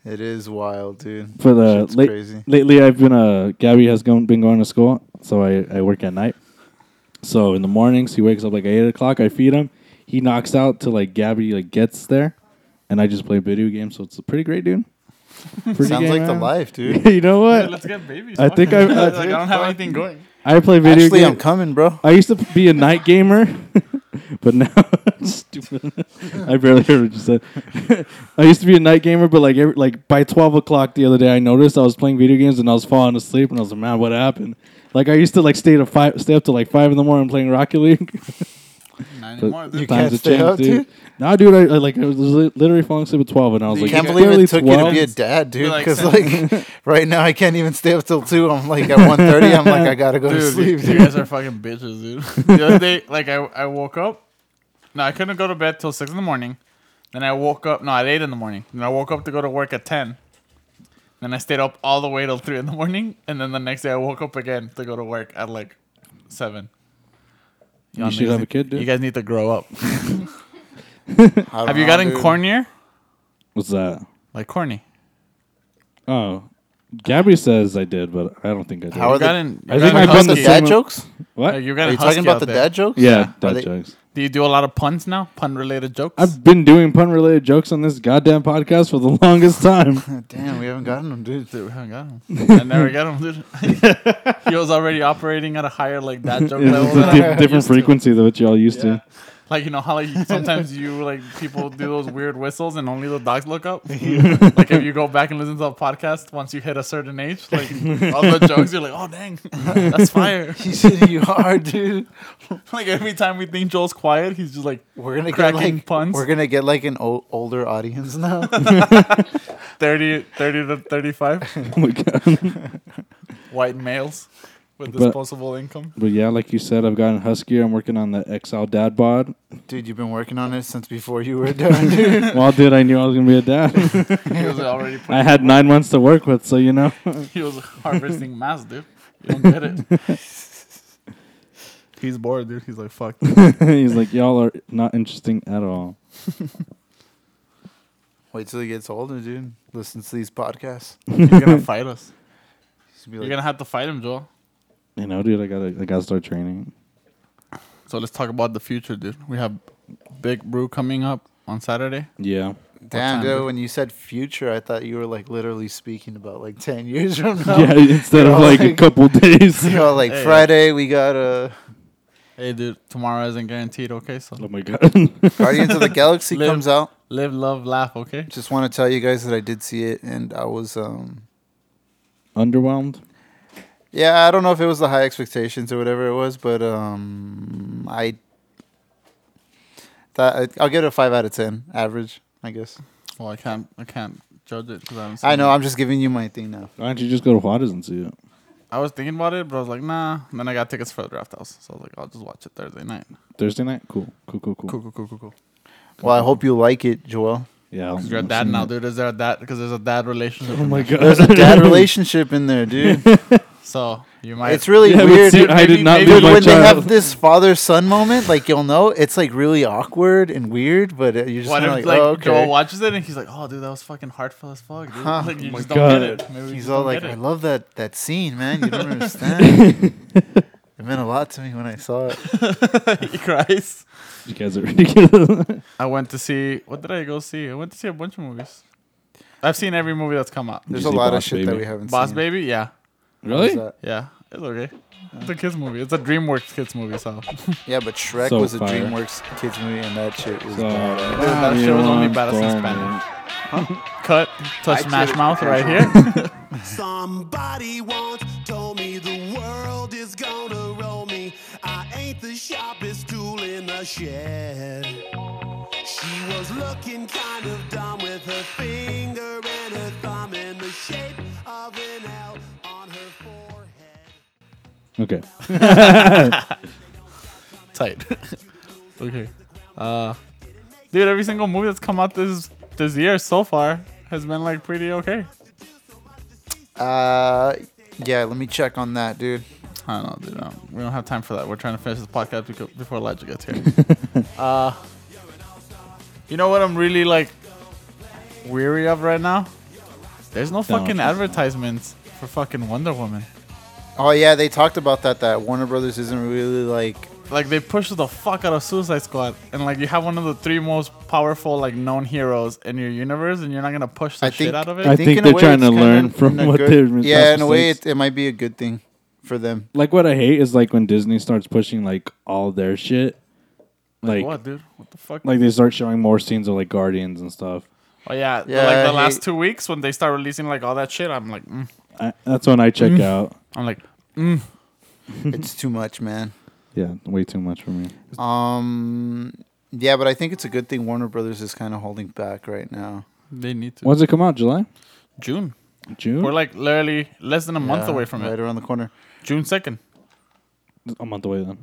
A: It is wild, dude.
C: But uh,
A: Shit's
C: late,
A: crazy.
C: lately, I've been uh, Gabby has gone, been going to school, so I, I work at night. So in the mornings, he wakes up like eight o'clock. I feed him. He knocks out till like Gabby like gets there, and I just play video games. So it's pretty great, dude. Pretty
A: Sounds
C: game
A: like the
C: around.
A: life, dude.
C: you know what?
D: Let's get babies.
C: I think
D: fuck it.
C: I- I
D: like, I
C: did,
D: don't have anything going.
C: I play video
A: Actually, I'm
C: games.
A: coming, bro.
C: I used to be a night gamer, but now stupid. I barely heard what you said. I used to be a night gamer, but like every, like by twelve o'clock the other day, I noticed I was playing video games and I was falling asleep, and I was like, "Man, what happened?" Like I used to like stay to five, stay up to like five in the morning playing Rocket League.
D: Not
C: But
D: anymore. dude.
A: You can't
C: have
A: stay
C: changed,
A: up, dude?
C: Nah, dude, I, I like I was li- literally falling asleep at twelve, and I was
A: I
C: like,
A: can't
C: "It's
A: believe
C: barely
A: it took you to be a
C: 12?"
A: dad, dude.
D: like,
A: Because
D: send-
A: like, right now I can't even stay up till two. I'm like at 1.30, I'm like I gotta go to
D: Dude,
A: sleep,
D: you
A: dude.
D: guys are fucking bitches, dude. the other day, like I, I woke up. No, I couldn't go to bed till six in the morning. Then I woke up. No, at eight in the morning. Then I woke up to go to work at ten. Then I stayed up all the way till three in the morning, and then the next day I woke up again to go to work at like seven. Y'all
C: You should
D: niggas
C: have a
D: need-
C: kid, dude.
D: You guys need to grow up.
A: I don't
D: Have you
A: know,
D: gotten
A: dude.
D: cornier?
C: What's that?
D: Like corny?
C: Oh, Gabby says I did, but I don't think I did.
A: How
D: You
A: are they-
D: gotten?
C: I
D: you
C: think
D: gotten
C: I've done
A: Just
C: the
A: the
D: husky.
C: same-
A: dad jokes?
C: what?
D: Like, You
A: Are
D: gotten
A: you talking
D: husky
A: about
D: out
A: the
D: there.
A: dad jokes?
C: yeah,
A: Are
C: dad
A: they-
C: jokes.
D: Do you do a lot of puns now? Pun related jokes.
C: I've been doing pun related jokes on this goddamn podcast for the longest time.
A: Damn, we haven't gotten them, dude.
D: Dude, we haven't got him. I never got him, dude. he was already operating at a higher like that joke level.
C: it's a
D: than
C: di-
D: I
C: different
D: used to.
C: frequency than what y'all used
D: Yeah.
C: to.
D: Like you know how like sometimes you like people do those weird whistles and only the dogs look up. like if you go back and listen to a podcast once you hit a certain age, like all the jokes you're like, oh dang, that's fire.
A: He's hitting you hard, dude.
D: like every time we think Joel's quiet, he's just like
A: We're gonna get
D: Cracking
A: like
D: puns.
A: we're gonna get like an o- older audience now.
D: 30, 30 to thirty five,
C: Oh my god.
D: white males with
C: But-
D: disposable income.
C: But yeah, like you said, I've gotten huskier. I'm working on the XL dad bod.
A: dude, you've been working on it since before you were done, dude.
C: Well, dude, I knew I was gonna be a dad.
D: He was already. putting
C: I had nine months to work with, so you know.
D: He was harvesting mass, dude. You don't get it. He's bored, dude. He's like, fuck.
C: He's like, y'all are not interesting at all.
A: Wait till he gets older, dude. Listens to these podcasts.
D: You're gonna fight us.
A: He's gonna be
D: You're
A: like,
D: gonna have to fight him, Joel.
C: You know, dude, I gotta, I gotta start training.
D: So let's talk about the future, dude. We have Big Brew coming up on Saturday.
C: Yeah.
A: Damn,
D: time,
A: dude,
D: dude?
A: when you said future, I thought you were like literally speaking about like 10 years from now.
C: Yeah. Instead of
A: You're
C: like a
A: like-
C: couple days.
A: You know, like
D: Hey.
A: Friday, we got uh, a
D: Hey, dude. Tomorrow isn't guaranteed, okay? So
C: Oh my god.
A: Guardians of the Galaxy
D: Live.
A: comes out.
D: live, love, laugh, okay?
A: Just want to tell you guys that I did see it, and I was, um,
C: Underwhelmed.
A: yeah, I don't know if it was the high expectations or whatever it was, but um, I that I'll give it a five out of ten, average, I guess.
D: Well, I can't, I can't judge it because I haven't. Seen
A: I know,
D: It.
A: I'm just giving you my thing now.
C: Why don't you just go to Juarez and see it?
D: I was thinking about it, but I was like, nah. And then I got tickets for the draft house, so I was like, I'll just watch it Thursday night.
C: Thursday night? Cool. Cool, cool, cool.
D: Cool, cool, cool, cool, cool.
A: Well, I hope you like it, Joel.
C: Yeah. I'll-
D: Because you're a
C: I'll
D: dad
C: see
D: now,
C: it.
D: dude. Is there a dad? Because there's a dad relationship.
C: Oh my god.
A: There's a dad relationship in there, dude.
D: So you might.
A: It's really
C: Yeah, but
A: weird.
C: see, I did not
D: Maybe-
C: leave
A: Dude,
C: my
A: when they
C: child.
A: have this father son moment, like you'll know, it's like really awkward and weird, but uh, you're just
D: What
A: kinda
D: if
A: like,
D: like,
A: oh,
D: Joel
A: okay.
D: watches it and he's like, "Oh, dude, that was fucking heartfelt as fuck, dude."
A: Huh.
D: Like you
C: Oh
D: just
C: my
D: don't get
C: God.
D: it. Maybe you
A: He's
D: just
A: all
D: don't
A: like,
D: get
A: I
D: it.
A: love that that scene, man. You don't understand. it meant a lot to me when I saw it.
D: he cries.
C: You guys are ridiculous.
D: I went to see. What did I go see? I went to see a bunch of movies. I've seen every movie that's come out.
A: There's
C: see
A: a lot of
C: Boss
A: shit that
C: Baby?
A: we haven't
D: Boss
A: seen.
D: Baby, yeah,
A: What is
C: really?
A: that?
D: yeah, it's okay. It's a kids movie. It's a DreamWorks kids movie, so dude,
A: Yeah, but Shrek
C: So
A: was a
C: fire.
A: DreamWorks kids movie, and that shit was. bad.
D: that shit was only badass in Spanish. Cut, touch, smash mouth right here.
E: Somebody once told me the world is gonna roll me. I ain't the sharpest tool in the shed. She was looking kind of dumb with her finger and her thumb in the shape of an L on her forehead.
C: Okay.
D: Tight. okay, uh, dude, every single movie that's come out this this year so far has been like pretty okay.
A: Uh, yeah, let me check on that, dude.
D: I don't know, dude. I don't- we don't have time for that. We're trying to finish this podcast beca- before Elijah gets here. uh, you know what I'm really like weary of right now? There's no
C: Donald
D: fucking
C: Trump.
D: advertisements for fucking Wonder Woman.
A: Oh yeah, they talked about that. That Warner Brothers isn't really like.
D: Like they push the fuck out of Suicide Squad, and like you have one of the three most powerful like known heroes in your universe, and you're not gonna push the
A: I think.
D: shit out of it.
A: I
C: I
A: think, in
C: think
A: a
C: they're
A: way
C: trying
A: it's
C: to
A: kinda
C: learn from
A: in a
C: what
A: good-
C: their past
A: Yeah, in a way,
C: mistakes-
A: it, it might be a good thing for them.
C: Like what I hate is like when Disney starts pushing like all their shit. Like
D: what, dude? What the fuck?
C: like they start showing more scenes of like Guardians and stuff.
D: oh yeah, but,
A: Yeah,
D: like the
A: I
D: last
A: hate-
D: two weeks when they start releasing like all that shit, I'm like, mm.
C: I, that's when I check out.
D: I'm like,
A: it's too much, man.
C: Yeah, way too much for me.
A: Um, yeah, but I think it's a good thing Warner Brothers is kind of holding back right now.
D: they need to.
C: When's it come out? July,
D: June.
C: June?
D: We're like literally less than a month
A: Yeah,
D: away from
A: right
D: it.
A: around the corner.
D: June second.
C: a month away then.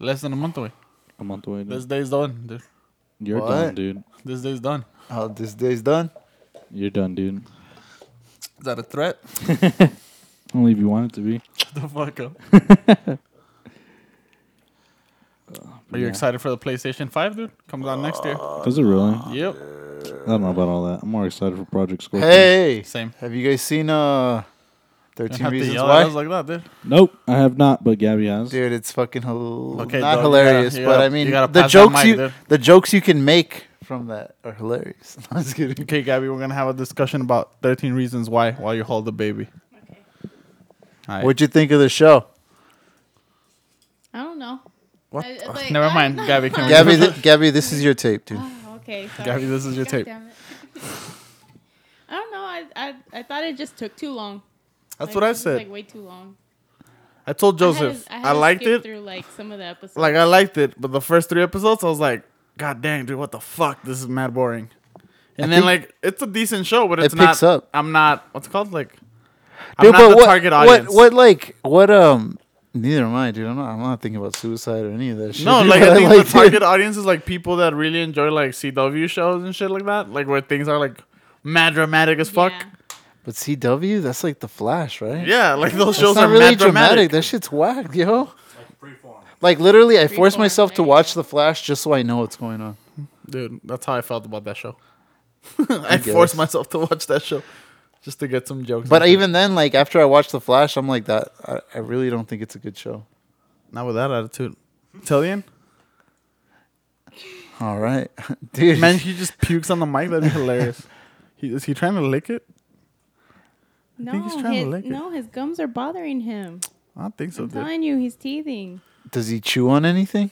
D: Less than a month away.
C: A month away.
D: This
C: Dude.
D: day's done, dude.
C: You're
A: What?
C: done, dude.
D: This day's done.
A: Oh, this day's done.
C: You're done, dude.
D: Is that a threat?
C: Only if you want it to be.
D: Shut the fuck up. Are you
C: yeah.
D: excited for the PlayStation 5, dude? Comes out next year.
A: Uh,
C: Does it really?
D: Yep.
C: I don't know about all that. I'm more excited for Project Scorpion.
A: Hey,
D: Same.
A: have you guys seen uh,
D: Don't
A: Thirteen
D: have to
A: Reasons
D: yell at
A: Why?
D: us like that, dude.
C: Nope, I have not, but Gabby has.
A: Dude, it's fucking hil-
D: Okay,
A: not
D: dog, you
A: hilarious,
D: gotta- you
A: but
D: gotta-
A: I mean
D: you gotta
A: the
D: pass that
A: jokes
D: mic,
A: you
D: dude.
A: the jokes you can make from that are hilarious. I'm just kidding.
D: Okay, Gabby, we're gonna have a discussion about 13 reasons why while you hold the baby. All right.
A: What'd you think of the show?
F: I don't know.
D: What? Oh,
F: I- it's like,
D: Never
F: I-
D: mind, Gabby. Can we
A: Gabby, th- Gabby, this is your tape, dude.
F: Oh, okay. Sorry.
D: Gabby, this is your
F: God
D: tape.
F: damn it. I don't know. I, I I thought it just took too long.
D: That's
F: Like,
D: what I
F: it was,
D: said.
F: Like way too long.
D: I told
F: I had to-
D: Joseph
F: had
D: I
F: to
D: liked
F: skip
D: it.
F: Through like some of the episodes.
D: like I liked it, but the first three episodes, I was like, God dang, dude, what the fuck? This is mad boring. And then
A: think-
D: like it's a decent show, but it's
A: picks
D: not.
A: up.
D: I'm not. What's it called like? I'm
A: Dude,
D: not the
A: what,
D: target
A: what-
D: audience.
A: What, like, what, um, neither am I, dude. I'm not, I'm not thinking about suicide or any of that shit.
D: No,
A: dude,
D: like
A: but
D: I think
A: liked
D: the
A: it.
D: target audience is like people that really enjoy like CW shows and shit like that, like where things are like mad dramatic as fuck.
F: Yeah.
A: But CW, that's like The Flash, right?
D: Yeah, like those
A: That's
D: shows
A: not
D: are
A: really
D: mad dramatic.
A: That shit's whack, yo. Like literally, I force
F: Freeform,
A: myself to
F: right?
A: watch The Flash just so I know what's going on.
D: Dude, that's how I felt about that show. I,
A: guess.
D: forced myself to watch that show just to get some jokes.
A: But
D: in.
A: even then, like after I watch The Flash, I'm like that. I, I really don't think it's a good show.
D: not with that attitude, Tillian.
A: All right, dude.
D: Man, he just pukes on the mic. That'd be hilarious. He, is he trying to lick it?
F: No,
D: think he's trying to
F: his,
D: lick it.
F: no, his gums are bothering him.
D: I don't think so,
F: I'm
D: dude.
F: telling you, he's teething.
A: Does he chew on anything?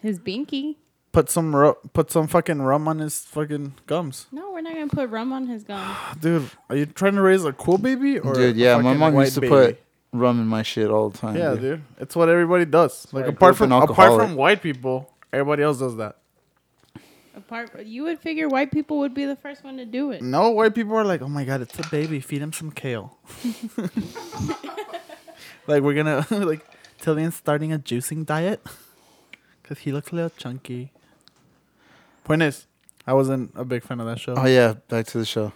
F: His binky.
D: Put some ru- put some fucking rum on his fucking gums,
F: No, we're not gonna put rum on his gums.
D: dude. Are you trying to raise a cool baby or?
A: Dude,
D: a
A: yeah, my
D: fucking
A: mom
D: white
A: used to
D: baby?
A: put rum in my shit all the time.
D: Yeah,
A: dude.
D: dude, it's what everybody does. Like
A: I grew
D: apart
A: up an
D: from apart from
A: alcoholic.
D: white people, everybody else does that.
F: Apart, you would figure white people would be the first one to do it.
D: No, white people are like, oh my god, it's a baby. Feed him some kale. like we're gonna like Tillian's starting a juicing diet because he looks a little chunky. Point is, I wasn't a big fan of that show.
A: Oh yeah, back to the show.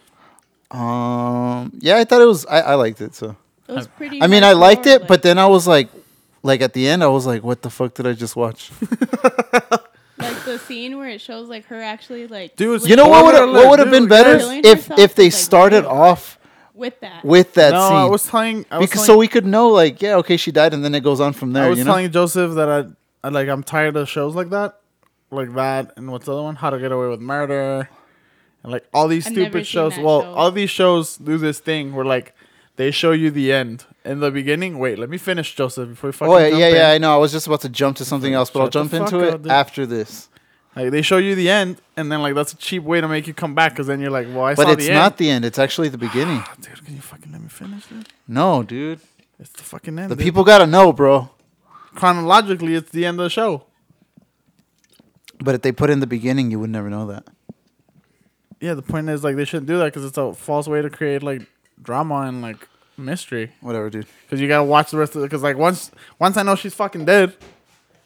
A: Um, yeah, I thought it was. I, I liked it. So
F: It was pretty.
A: I mean, I
F: hardcore,
A: liked it,
F: like-
A: but then I was like, like at the end, I was like, what the fuck did I just watch?
F: like the scene where it shows like her actually like
D: Dude,
F: sleep
A: You know what would
D: Spoiler alert,
A: what would have been
D: dude,
A: better
F: guys. Killing
A: if
F: herself
A: if they
F: is, like,
A: started
F: real.
A: off
F: with that.
A: with that
D: no,
A: scene
D: I was telling. I was
A: because so
D: telling,
A: we could know like yeah okay she died and then it goes on from there
D: I was
A: you know
D: telling Joseph that I, I like I'm tired of shows like that, like that, and what's the other one? How to Get Away with Murder, and like all these
F: I've never
D: stupid
F: seen
D: shows.
F: that
D: Well,
F: show.
D: all these shows do this thing where like they show you the end in the beginning. Wait, let me finish Joseph before we fucking.
A: oh yeah yeah,
D: jump
A: yeah
D: in.
A: I know I was just about to jump to something else but I'll
D: Shut the
A: jump
D: fuck
A: into
D: up,
A: it
D: dude.
A: after this
D: Like they show you the end, and then like that's a cheap way to make you come back because then you're like, well, I
A: but
D: saw
A: it's
D: the
A: not
D: end.
A: the end it's actually the beginning
D: Dude, can you fucking let me finish, dude?
A: no dude
D: It's the fucking end.
A: the
D: dude.
A: people gotta know bro
D: chronologically, it's the end of the show.
A: but if they put in the beginning you would never know that
D: Yeah, the point is like they shouldn't do that because it's a false way to create like drama and like mystery.
A: whatever dude
D: Because you gotta watch the rest of it. Because like once once I know she's fucking dead,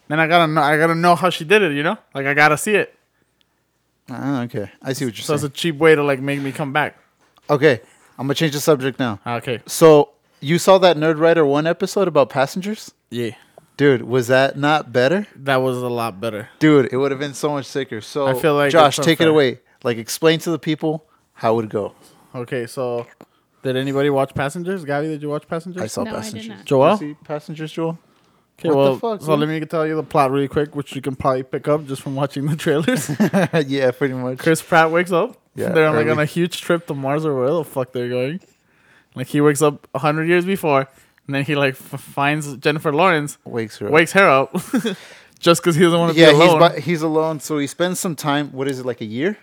D: then I gotta know I gotta know how she did it. You know, like I gotta see it.
A: Ah, okay. I see what you're
D: So it's a
A: saying.
D: cheap way to like make me come back. Ah,
A: okay, I'm gonna change the subject now.
D: Okay.
A: So you saw that Nerd Rider one episode about passengers,
D: Yeah.
A: dude? Was that not better,
D: That was a lot better.
A: dude? It would have been so much sicker. So
D: I feel like
A: Josh,
D: it's
A: take it
D: unfair.
A: away. Like, explain to the people how it would go.
D: Okay, so did anybody watch Passengers? Gabby, did you watch Passengers?
A: I saw
F: No, I did
A: passengers.
F: not.
D: Joel?
A: You see passengers, Joel.
D: Okay,
A: What the
D: well,
A: fuck,
D: so let
A: man?
D: me tell you the plot really quick, which you can probably pick up just from watching the trailers.
A: yeah, pretty much.
D: Chris Pratt wakes up.
A: Yeah,
D: they're like on
A: early.
D: a huge trip to Mars or where the fuck they're going. Like he wakes up a hundred years before, and then he like f- finds Jennifer Lawrence,
A: wakes her up.
D: wakes her up, just because he doesn't want to
A: yeah,
D: be
A: he's
D: alone.
A: by, he's alone, so he spends some time. What is it like a year?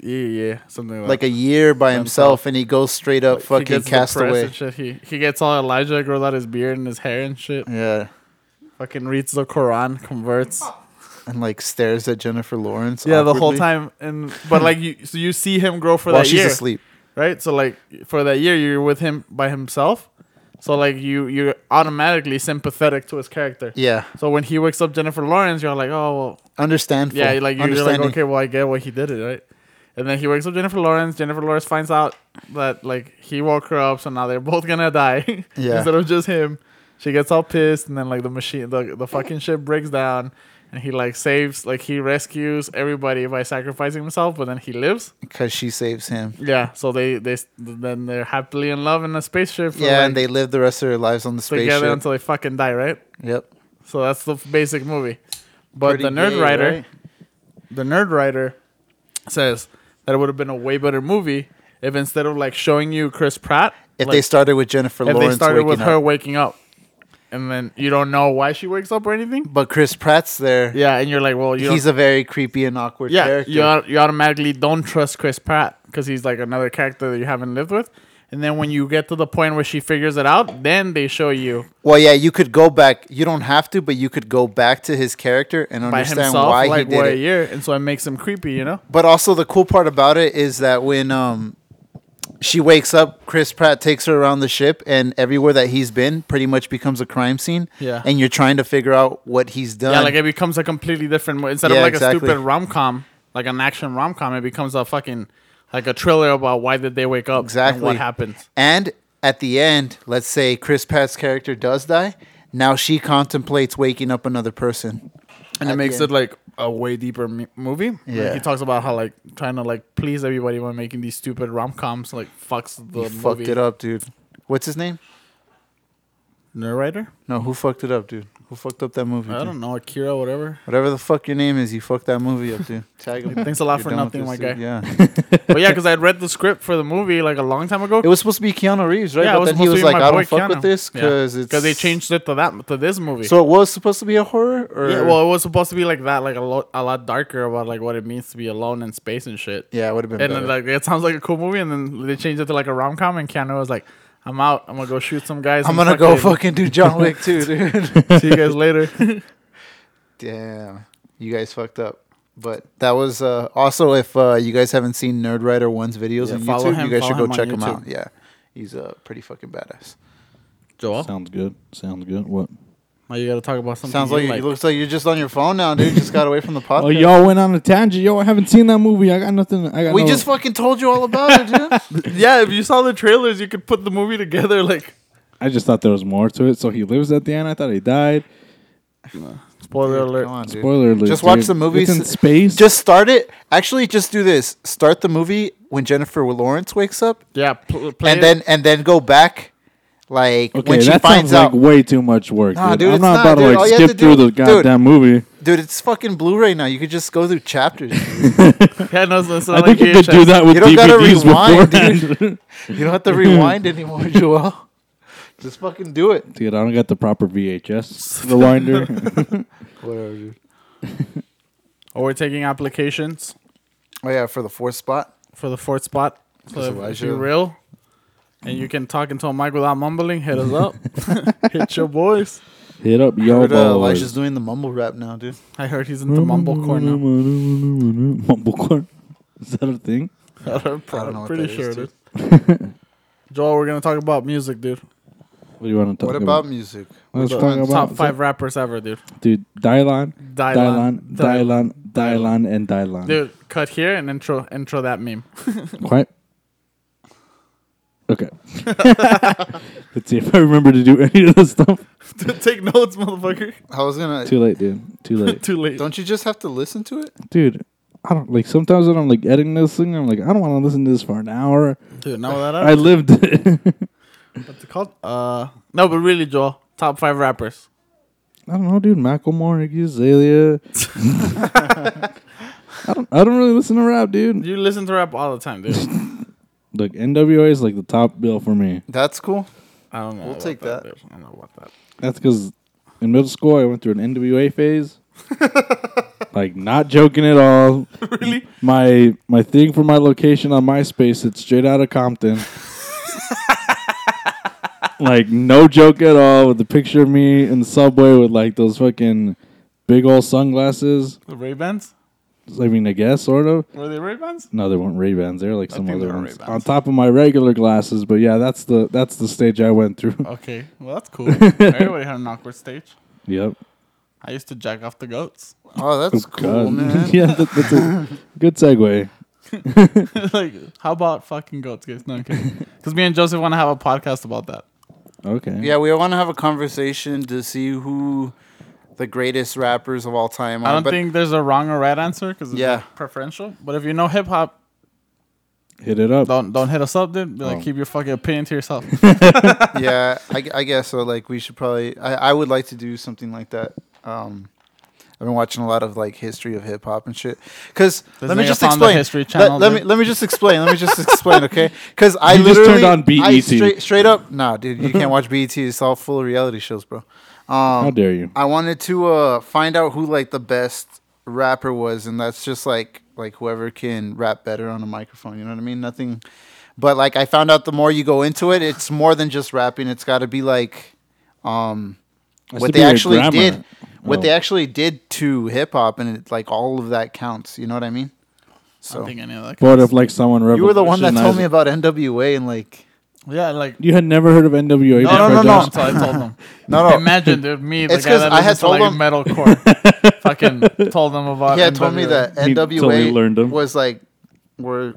D: yeah, yeah, something like,
A: Like a year by
D: himself.
A: himself, and he goes straight up
D: He
A: fucking
D: gets depressed
A: castaway.
D: and shit. He he gets all Elijah, grows out his beard and his hair and shit.
A: Yeah,
D: Fucking reads the Quran, converts.
A: and like stares at Jennifer Lawrence.
D: Yeah, the whole
A: awkwardly
D: time, and but like you, so you see him grow for
A: while
D: that
A: she's
D: year.
A: asleep.
D: right? So like for that year, you're with him by himself. So like you you're automatically sympathetic to his character.
A: Yeah,
D: So when he wakes up Jennifer Lawrence, you're like, oh well,
A: understandful.
D: yeah, like you're, you're like
A: Understanding.
D: okay, well I get why he did it, right? And then he wakes up Jennifer Lawrence. Jennifer Lawrence finds out that like he woke her up, so now they're both gonna die
A: Yeah.
D: instead of just him. She gets all pissed, and then like the machine, the the fucking ship breaks down, and he like saves, like he rescues everybody by sacrificing himself, but then he lives.
A: because she saves him.
D: Yeah, so they they s- then they're happily in love in a spaceship. For
A: Yeah,
D: like,
A: and they live the rest of their lives on the
D: together
A: spaceship.
D: until they fucking die, right?
A: yep.
D: So that's the f- basic movie. But
A: Pretty
D: the nerd
A: gay,
D: writer,
A: right?
D: the nerd writer, says that it would have been a way better movie if instead of like showing you Chris Pratt,
A: If
D: like,
A: they started with Jennifer
D: if
A: Lawrence,
D: they started with
A: waking
D: her
A: up.
D: waking up, and then you don't know why she wakes up or anything.
A: but Chris Pratt's there.
D: Yeah, and you're like, well, you
A: he's
D: don't-
A: a very creepy and awkward
D: yeah,
A: character.
D: you au- you automatically don't trust Chris Pratt because he's like another character that you haven't lived with. And then when you get to the point where she figures it out, then they show you
A: Well, yeah, you could go back. You don't have to, but you could go back to his character and
D: by
A: understand
D: himself
A: why
D: like
A: he did
D: what
A: it.
D: a year, and so it makes him creepy, you know?
A: But also, the cool part about it is that when um, she wakes up, Chris Pratt takes her around the ship, and everywhere that he's been pretty much becomes a crime scene.
D: Yeah.
A: And you're trying to figure out what he's done.
D: yeah, like it becomes a completely different mo- instead
A: Yeah,
D: of like
A: exactly.
D: a stupid rom com, like an action rom com, it becomes a fucking like a thriller about why did they wake up
A: exactly.
D: and what happened.
A: And at the end, let's say Chris Pratt's character does die. Now she contemplates waking up another person.
D: And
A: At
D: it
A: the
D: makes
A: end.
D: it like a way deeper m- movie. Like,
A: Yeah.
D: he talks about how like trying to like please everybody by making these stupid rom coms like fucks the
A: You
D: movie.
A: fucked it up, dude. What's his name?
D: Narrator?
A: No, who fucked it up, dude? Who fucked up that movie?
D: I
A: dude?
D: don't know, Akira, whatever.
A: Whatever the fuck your name is, you fucked that movie up, dude. Tag him.
D: Thanks a lot
A: You're
D: for
A: done with
D: nothing,
A: this,
D: my
A: dude.
D: guy.
A: Yeah.
D: but yeah, because I had read the script for the movie like a long time ago.
A: It was supposed to be Keanu Reeves, right?
D: yeah, it
A: but then he
D: supposed
A: was
D: to be
A: like,
D: my
A: I
D: boy
A: don't fuck with
D: Keanu.
A: this
D: Yeah.
A: because it's.
D: they changed it to that to this movie.
A: So it was supposed to be a horror? Or?
D: yeah, well, it was supposed to be like that, like a lot, a lot darker about like what it means to be alone in space and shit.
A: Yeah, it would have been
D: and
A: better.
D: then, like it sounds like a cool movie, and then they changed it to like a rom com, and Keanu was like, "I'm out. I'm gonna go shoot some guys.
A: I'm
D: and
A: going to go fucking do John Wick too, dude.
D: See you guys later."
A: Damn. You guys fucked up. But that was uh, also if uh, you guys haven't seen Nerd Rider One's videos
D: Yeah,
A: on
D: follow
A: YouTube, you
D: him,
A: guys should
D: follow
A: go
D: him on
A: check him
D: YouTube.
A: out. Yeah, he's uh, pretty fucking badass.
D: Joel,
C: Sounds good. Sounds good. What?
D: now you gotta talk about something.
A: Sounds
D: you
A: like, you looks like you're just on your phone now, dude. Just got away from the podcast.
C: Oh, y'all went on a tangent. Yo, I haven't seen that movie. I got nothing. I got
A: we
C: no-
A: just fucking told you all about it, dude.
D: yeah. If you saw the trailers, you could put the movie together. Like
C: I just thought there was more to it. So he lives at the end. I thought he died.
D: spoiler alert.
A: Come on, dude.
C: Spoiler alert.
A: Just watch
C: dude.
A: the movie.
C: It's in
A: s-
C: space.
A: Just start it. Actually, just do this. Start the movie when Jennifer Lawrence wakes up,
D: Yeah, pl- play
A: and
D: it.
A: then and then go back, like
C: okay.
A: when she
C: that
A: finds
C: sounds
A: out,
C: like way too much work.
A: Nah,
C: dude.
A: dude,
C: I'm
A: it's
C: not
A: not,
C: about
A: dude.
C: to
A: All
C: like
A: you have
C: skip
A: to
C: through
A: do-
C: the
A: dude.
C: goddamn movie.
A: dude. It's fucking Blu-ray now. You could just go through chapters.
D: yeah, no, so, so
C: I
D: like
C: think you could
D: VHS.
C: do that with
A: You don't gotta rewind,
C: DVDs
A: dude.
C: beforehand.
A: you don't have to rewind anymore, Joel. Just fucking do it.
C: Dude, I don't got the proper VHS rewinder.
A: Whatever, dude.
D: Or Oh, we're taking applications
A: Oh yeah, for the fourth spot.
D: for the fourth spot. So
A: Because
D: if, if
A: Elijah-
D: you're real and you can talk into a mic without mumbling, hit us up. hit your boys.
C: Hit up yo
A: Heard, uh,
C: boys.
A: Elijah's doing the mumble rap now, dude.
D: I heard he's into mumblecore now.
C: Mumblecore. Is that a thing?
D: I'm
A: I don't know what
D: pretty
A: that is,
D: sure it
A: dude.
D: is. Joel, we're gonna talk about music, dude.
C: What do you want to talk
A: What
C: about?
A: about music?
C: Let's
A: What
C: talk
A: about-
C: about
D: Top five rappers ever, dude.
C: dude. Dylan, Dylan,
D: Dylan.
C: Dylan, Dylan, and Dylan.
D: Dude, cut here and intro intro that meme.
C: Quiet. Okay. Let's see if I remember to do any of this stuff.
D: Take notes, motherfucker.
A: I was gonna.
C: Too late, dude. Too late,
D: Too late.
A: Don't you just have to listen to it?
C: dude. I don't like. Sometimes when I'm like editing this thing, I'm like, I don't want to listen to this for an hour.
D: Dude, now that
C: I lived it.
D: What's it called? Uh, no, but really, Joel. Top five rappers.
C: I don't know, dude. Macklemore, Iggy Azalea. I don't. I don't really listen to rap, dude.
D: You listen to rap all the time, dude.
C: Look, NWA is like the top bill for me.
A: That's cool.
D: I don't know. We'll
A: take that.
D: dude. I don't know about that.
C: That's because in middle school I went through an NWA phase. like not joking at all. Really? My my thing for my location on MySpace, it's straight out of Compton. like no joke at all with the picture of me in the subway with like those fucking big old sunglasses.
D: The Ray Bans?
C: I mean I guess sort of.
D: Were they Ray Bans?
C: No, they weren't Ray Bans. They were like some
D: think they
C: other
D: were
C: ones.
D: Ray-Bans.
C: On top of my regular glasses, but yeah, that's the that's the stage I went through.
D: Okay, well that's cool. Everybody had an awkward stage.
C: Yep.
D: I used to jack off the goats.
A: Oh, that's cool,
C: God.
A: man.
C: Uh, yeah, that, that's a good segue.
D: like, how about fucking goats, guys? No, okay. Because me and Joseph want to have a podcast about that.
C: Okay.
A: Yeah, we want to have a conversation to see who the greatest rappers of all time are.
D: I don't
A: Um, but
D: think there's a wrong or right answer because it's
A: Yeah.
D: preferential. But if you know hip hop,
C: Hit it
A: Um,
C: up.
D: don't don't hit us up, dude. Be Like,
C: Oh.
D: keep your fucking opinion to yourself.
A: yeah, I, gu- I guess so. Like, we should probably. I, I would like to do something like that. Um, I've been watching a lot of like history of hip hop and shit. Cause
D: This
A: let me
D: nigga
A: just
D: found the
A: explain.
D: History
A: Let-
D: Channel,
A: let,
D: dude.
A: me let me just explain. Let me just explain, okay? Cause I
C: You just
A: literally
C: turned on E
A: I
C: BET.
A: straight, straight up, nah, dude, you can't watch BET. It's all full of reality shows, bro.
C: How dare you?
A: I wanted to uh, find out who like the best rapper was, and that's just like like whoever can rap better on a microphone. You know what I mean? Nothing, but like I found out the more you go into it, it's more than just rapping. It's got to be like um,
C: Has
A: what
C: to
A: they
C: be your
A: actually
C: grammar.
A: did, what
C: Oh.
A: they actually did to hip hop, and it, like all of that counts. You know what I mean?
D: I don't
A: So
D: think any of that.
C: What if like someone
A: you were the one that told me
C: revolutionized-
A: about NWA and like
D: Yeah, like
C: You had never heard of NWA.
D: no,
C: before,
D: no, no, no.
C: Josh?
D: So I told them.
A: no no.
D: Imagine, dude, me, the
A: It's
D: guy
A: 'cause
D: that
A: I had
D: listens to like
A: told
D: metalcore, fucking told them about.
A: He had told me
D: NWA.
A: that
C: He totally
A: NWA
C: learned 'em.
A: was like were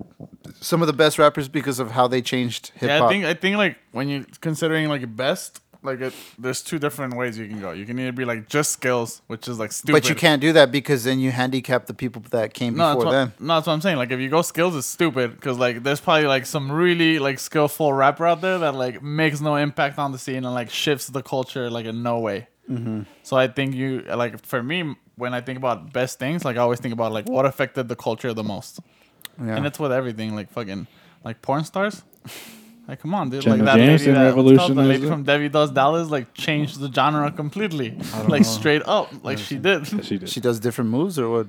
A: some of the best rappers because of how they changed hip
D: Yeah, I
A: hop.
D: think I think like when you're considering like best, like it, there's two different ways you can go. You can either be like just skills, which is like stupid.
A: but you can't do that because then you handicap the people that came
D: No, that's
A: before
D: what,
A: them.
D: no, that's what I'm saying. Like if you go skills, it's stupid because like there's probably like some really like skillful rapper out there that like makes no impact on the scene and like shifts the culture like in no way.
A: Mm-hmm.
D: So I think you like for me when I think about best things, like I always think about like what affected the culture the most,
A: Yeah.
D: and it's with everything like fucking like porn stars. Like come on, dude!
C: Jenna
D: like that
C: James
D: lady,
C: and
D: that, what's called,
C: Revolution
D: the
C: is
D: lady
C: it?
D: from Debbie Does Dallas, like changed the genre completely, like straight up, like she did.
C: She did.
A: She does different moves or what?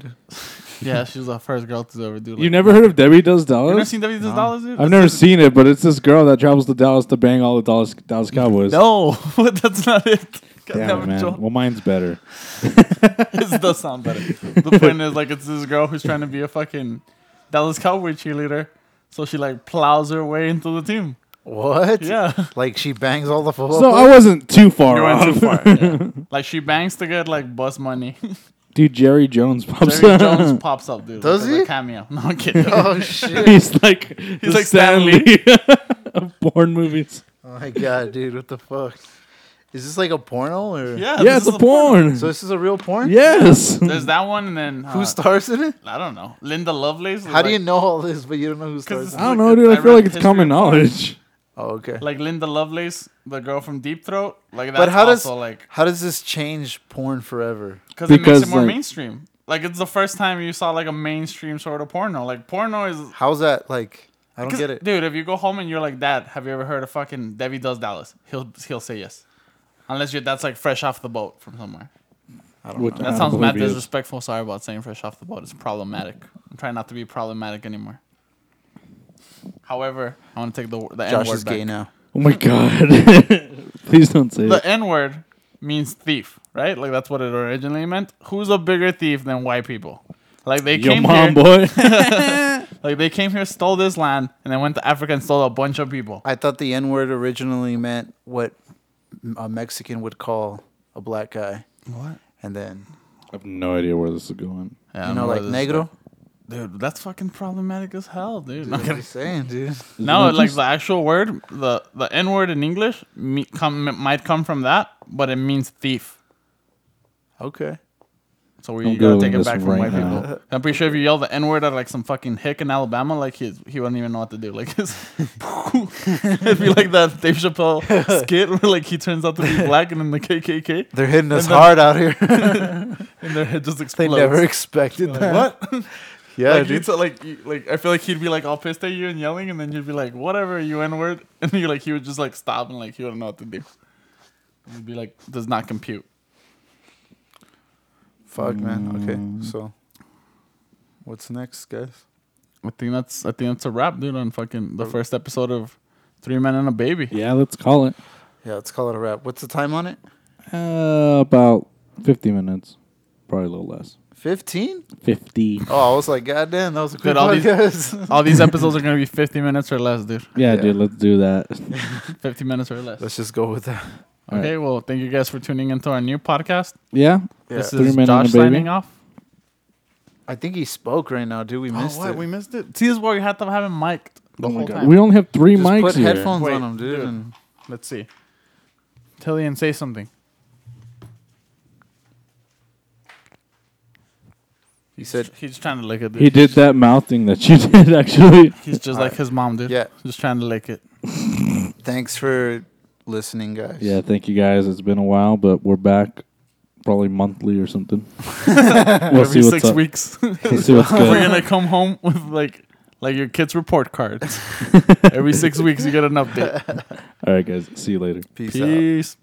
D: yeah, she was the first girl to ever do. Like,
C: you never heard of Debbie Does
D: You never
C: Dallas?
D: seen Debbie Does Dallas? Dude?
C: I've never seen it, but it's this girl that travels to Dallas to bang all the Dallas, Dallas Cowboys.
D: No, but that's not it. God
C: Damn it,
D: it,
C: man.
D: Joel.
C: Well, mine's better.
D: It does sound better. The point is, like, it's this girl who's trying to be a fucking Dallas Cowboy cheerleader, so she like plows her way into the team.
A: What?
D: Yeah,
A: Like she bangs all the football.
C: So I wasn't too far
D: you
C: off.
D: went too far. yeah. Like she bangs to get like bus money.
C: Dude, Jerry Jones pops
D: Jerry
C: up.
D: Jones pops up, dude.
A: Does
D: like, as
A: he?
D: A cameo. No, I'm kidding.
A: oh shit!
C: He's like he's
D: like Stan
C: Stanley of porn movies.
A: Oh my god, dude, what the fuck? Is this like a porno or?
C: yeah,
D: yeah, this
C: it's
D: is
C: a porn.
A: So this is a real porn?
C: yes.
D: There's that one, and then uh,
A: Who stars in it?
D: I don't know. Linda Lovelace.
A: How do you know all this, but you don't know who stars?
D: it's-
A: in it?
C: I don't know, dude. I feel like it's
D: History
C: common
D: of porn.
C: knowledge.
A: Oh, okay.
D: Like Linda Lovelace, the girl from Deep Throat. Like that's
A: but how does
D: also like
A: how does this change porn forever?
D: Because it makes
C: Because,
D: it more
C: like-
D: mainstream. Like it's the first time you saw like a mainstream sort of porno. Like porno is.
A: How's that like? I don't
D: 'cause,
A: get it.
D: dude. If you go home and you're like, Dad, have you ever heard of fucking Debbie Does Dallas? He'll he'll say yes, unless your dad's like fresh off the boat from somewhere.
C: Which I
D: That
C: don't
D: sounds mad
C: believe it is.
D: disrespectful. Sorry about saying fresh off the boat. It's problematic. I'm trying not to be problematic anymore. However, I want to take the the N
A: Josh
D: word
A: is gay
D: back.
A: now.
C: Oh my god. Please don't say
D: The
C: it.
D: N word means thief, right? Like that's what it originally meant. Who's a bigger thief than white people? Like they
C: Your
D: came
C: mom,
D: here.
C: boy.
D: Like they came here, stole this land, and then went to Africa and stole a bunch of people.
A: I thought the N word originally meant what m- a Mexican would call a black guy,
D: What?
A: and then
C: I have no idea where this is going.
D: Yeah, I
A: you know,
D: remember
A: like
D: this-
A: negro.
D: Dude, that's fucking problematic as hell, dude.
A: Dude, what are you saying, dude?
D: No,
C: it
D: like
C: just-
D: the actual word, the the N word in English me, come, might come from that, but it means thief.
A: Okay.
D: So we
C: I'm
D: gotta take
C: Googling
D: it
C: this
D: back from
C: right
D: white
C: now.
D: people. I'm pretty sure if you yell the N word at like some fucking hick in Alabama, like he he wouldn't even know what to do. Like his, it'd be like that Dave Chappelle skit where like he turns out to be black and then the KKK
A: They're hitting us
D: And then-
A: hard out here.
D: and their head just
A: they
D: explodes.
A: never expected that.
D: what?
A: Yeah,
D: like,
A: dude.
D: you'd so, like, you- like I feel like he'd be like all pissed at you and yelling, and then you'd be like, "Whatever, you n word," and you like he would just like stop and like he wouldn't know what to do. It'd be like does not compute.
A: Fuck,
D: Mm.
A: man. Okay, so what's next, guys?
D: I think that's I think that's a wrap, dude. On fucking
A: Oh.
D: the first episode of Three Men and a Baby.
C: Yeah, let's call it.
A: Yeah, let's call it a wrap. What's the time on it?
C: Uh, about 50 minutes. Probably a little less.
A: Fifteen.
C: 50.
A: Oh, I was like, God damn, that was a quick
D: Dude, all these-
A: podcast.
D: All these episodes are gonna be fifty minutes or less, dude.
C: Yeah,
A: Yeah.
C: dude, let's do that.
D: Fifty minutes or less.
A: Let's just go with that.
D: Okay, well, thank you guys for tuning into our new podcast.
C: yeah?
D: This
C: Three
D: is
C: Men and a
D: Josh
C: Baby.
D: signing off.
A: I think he spoke right now,
D: Oh,
A: dude. We missed it.
D: missed it. See, this is why we had to have him mic'd the whole time.
C: We only have three
A: just
C: mics
A: put
C: here.
A: headphones
D: Wait,
A: on him, dude.
D: dude.
A: And
D: Let's see. Tillian, say something.
A: he said,
D: He's trying to lick it. Dude.
C: He did that mouth thing that you did, actually.
D: He's just like his mom, dude.
A: Yeah.
D: Just trying to lick it.
A: "Thanks for listening, guys."
C: Yeah, thank you guys. It's been a while, but we're back probably monthly or something. we'll
D: Every
C: see what's
D: six
C: up.
D: weeks, we're
C: We'll see what's good.
D: gonna come home with like like your kid's report card. Every six weeks, you get an update.
C: All right, guys. See you later.
A: Peace, out.
D: Peace.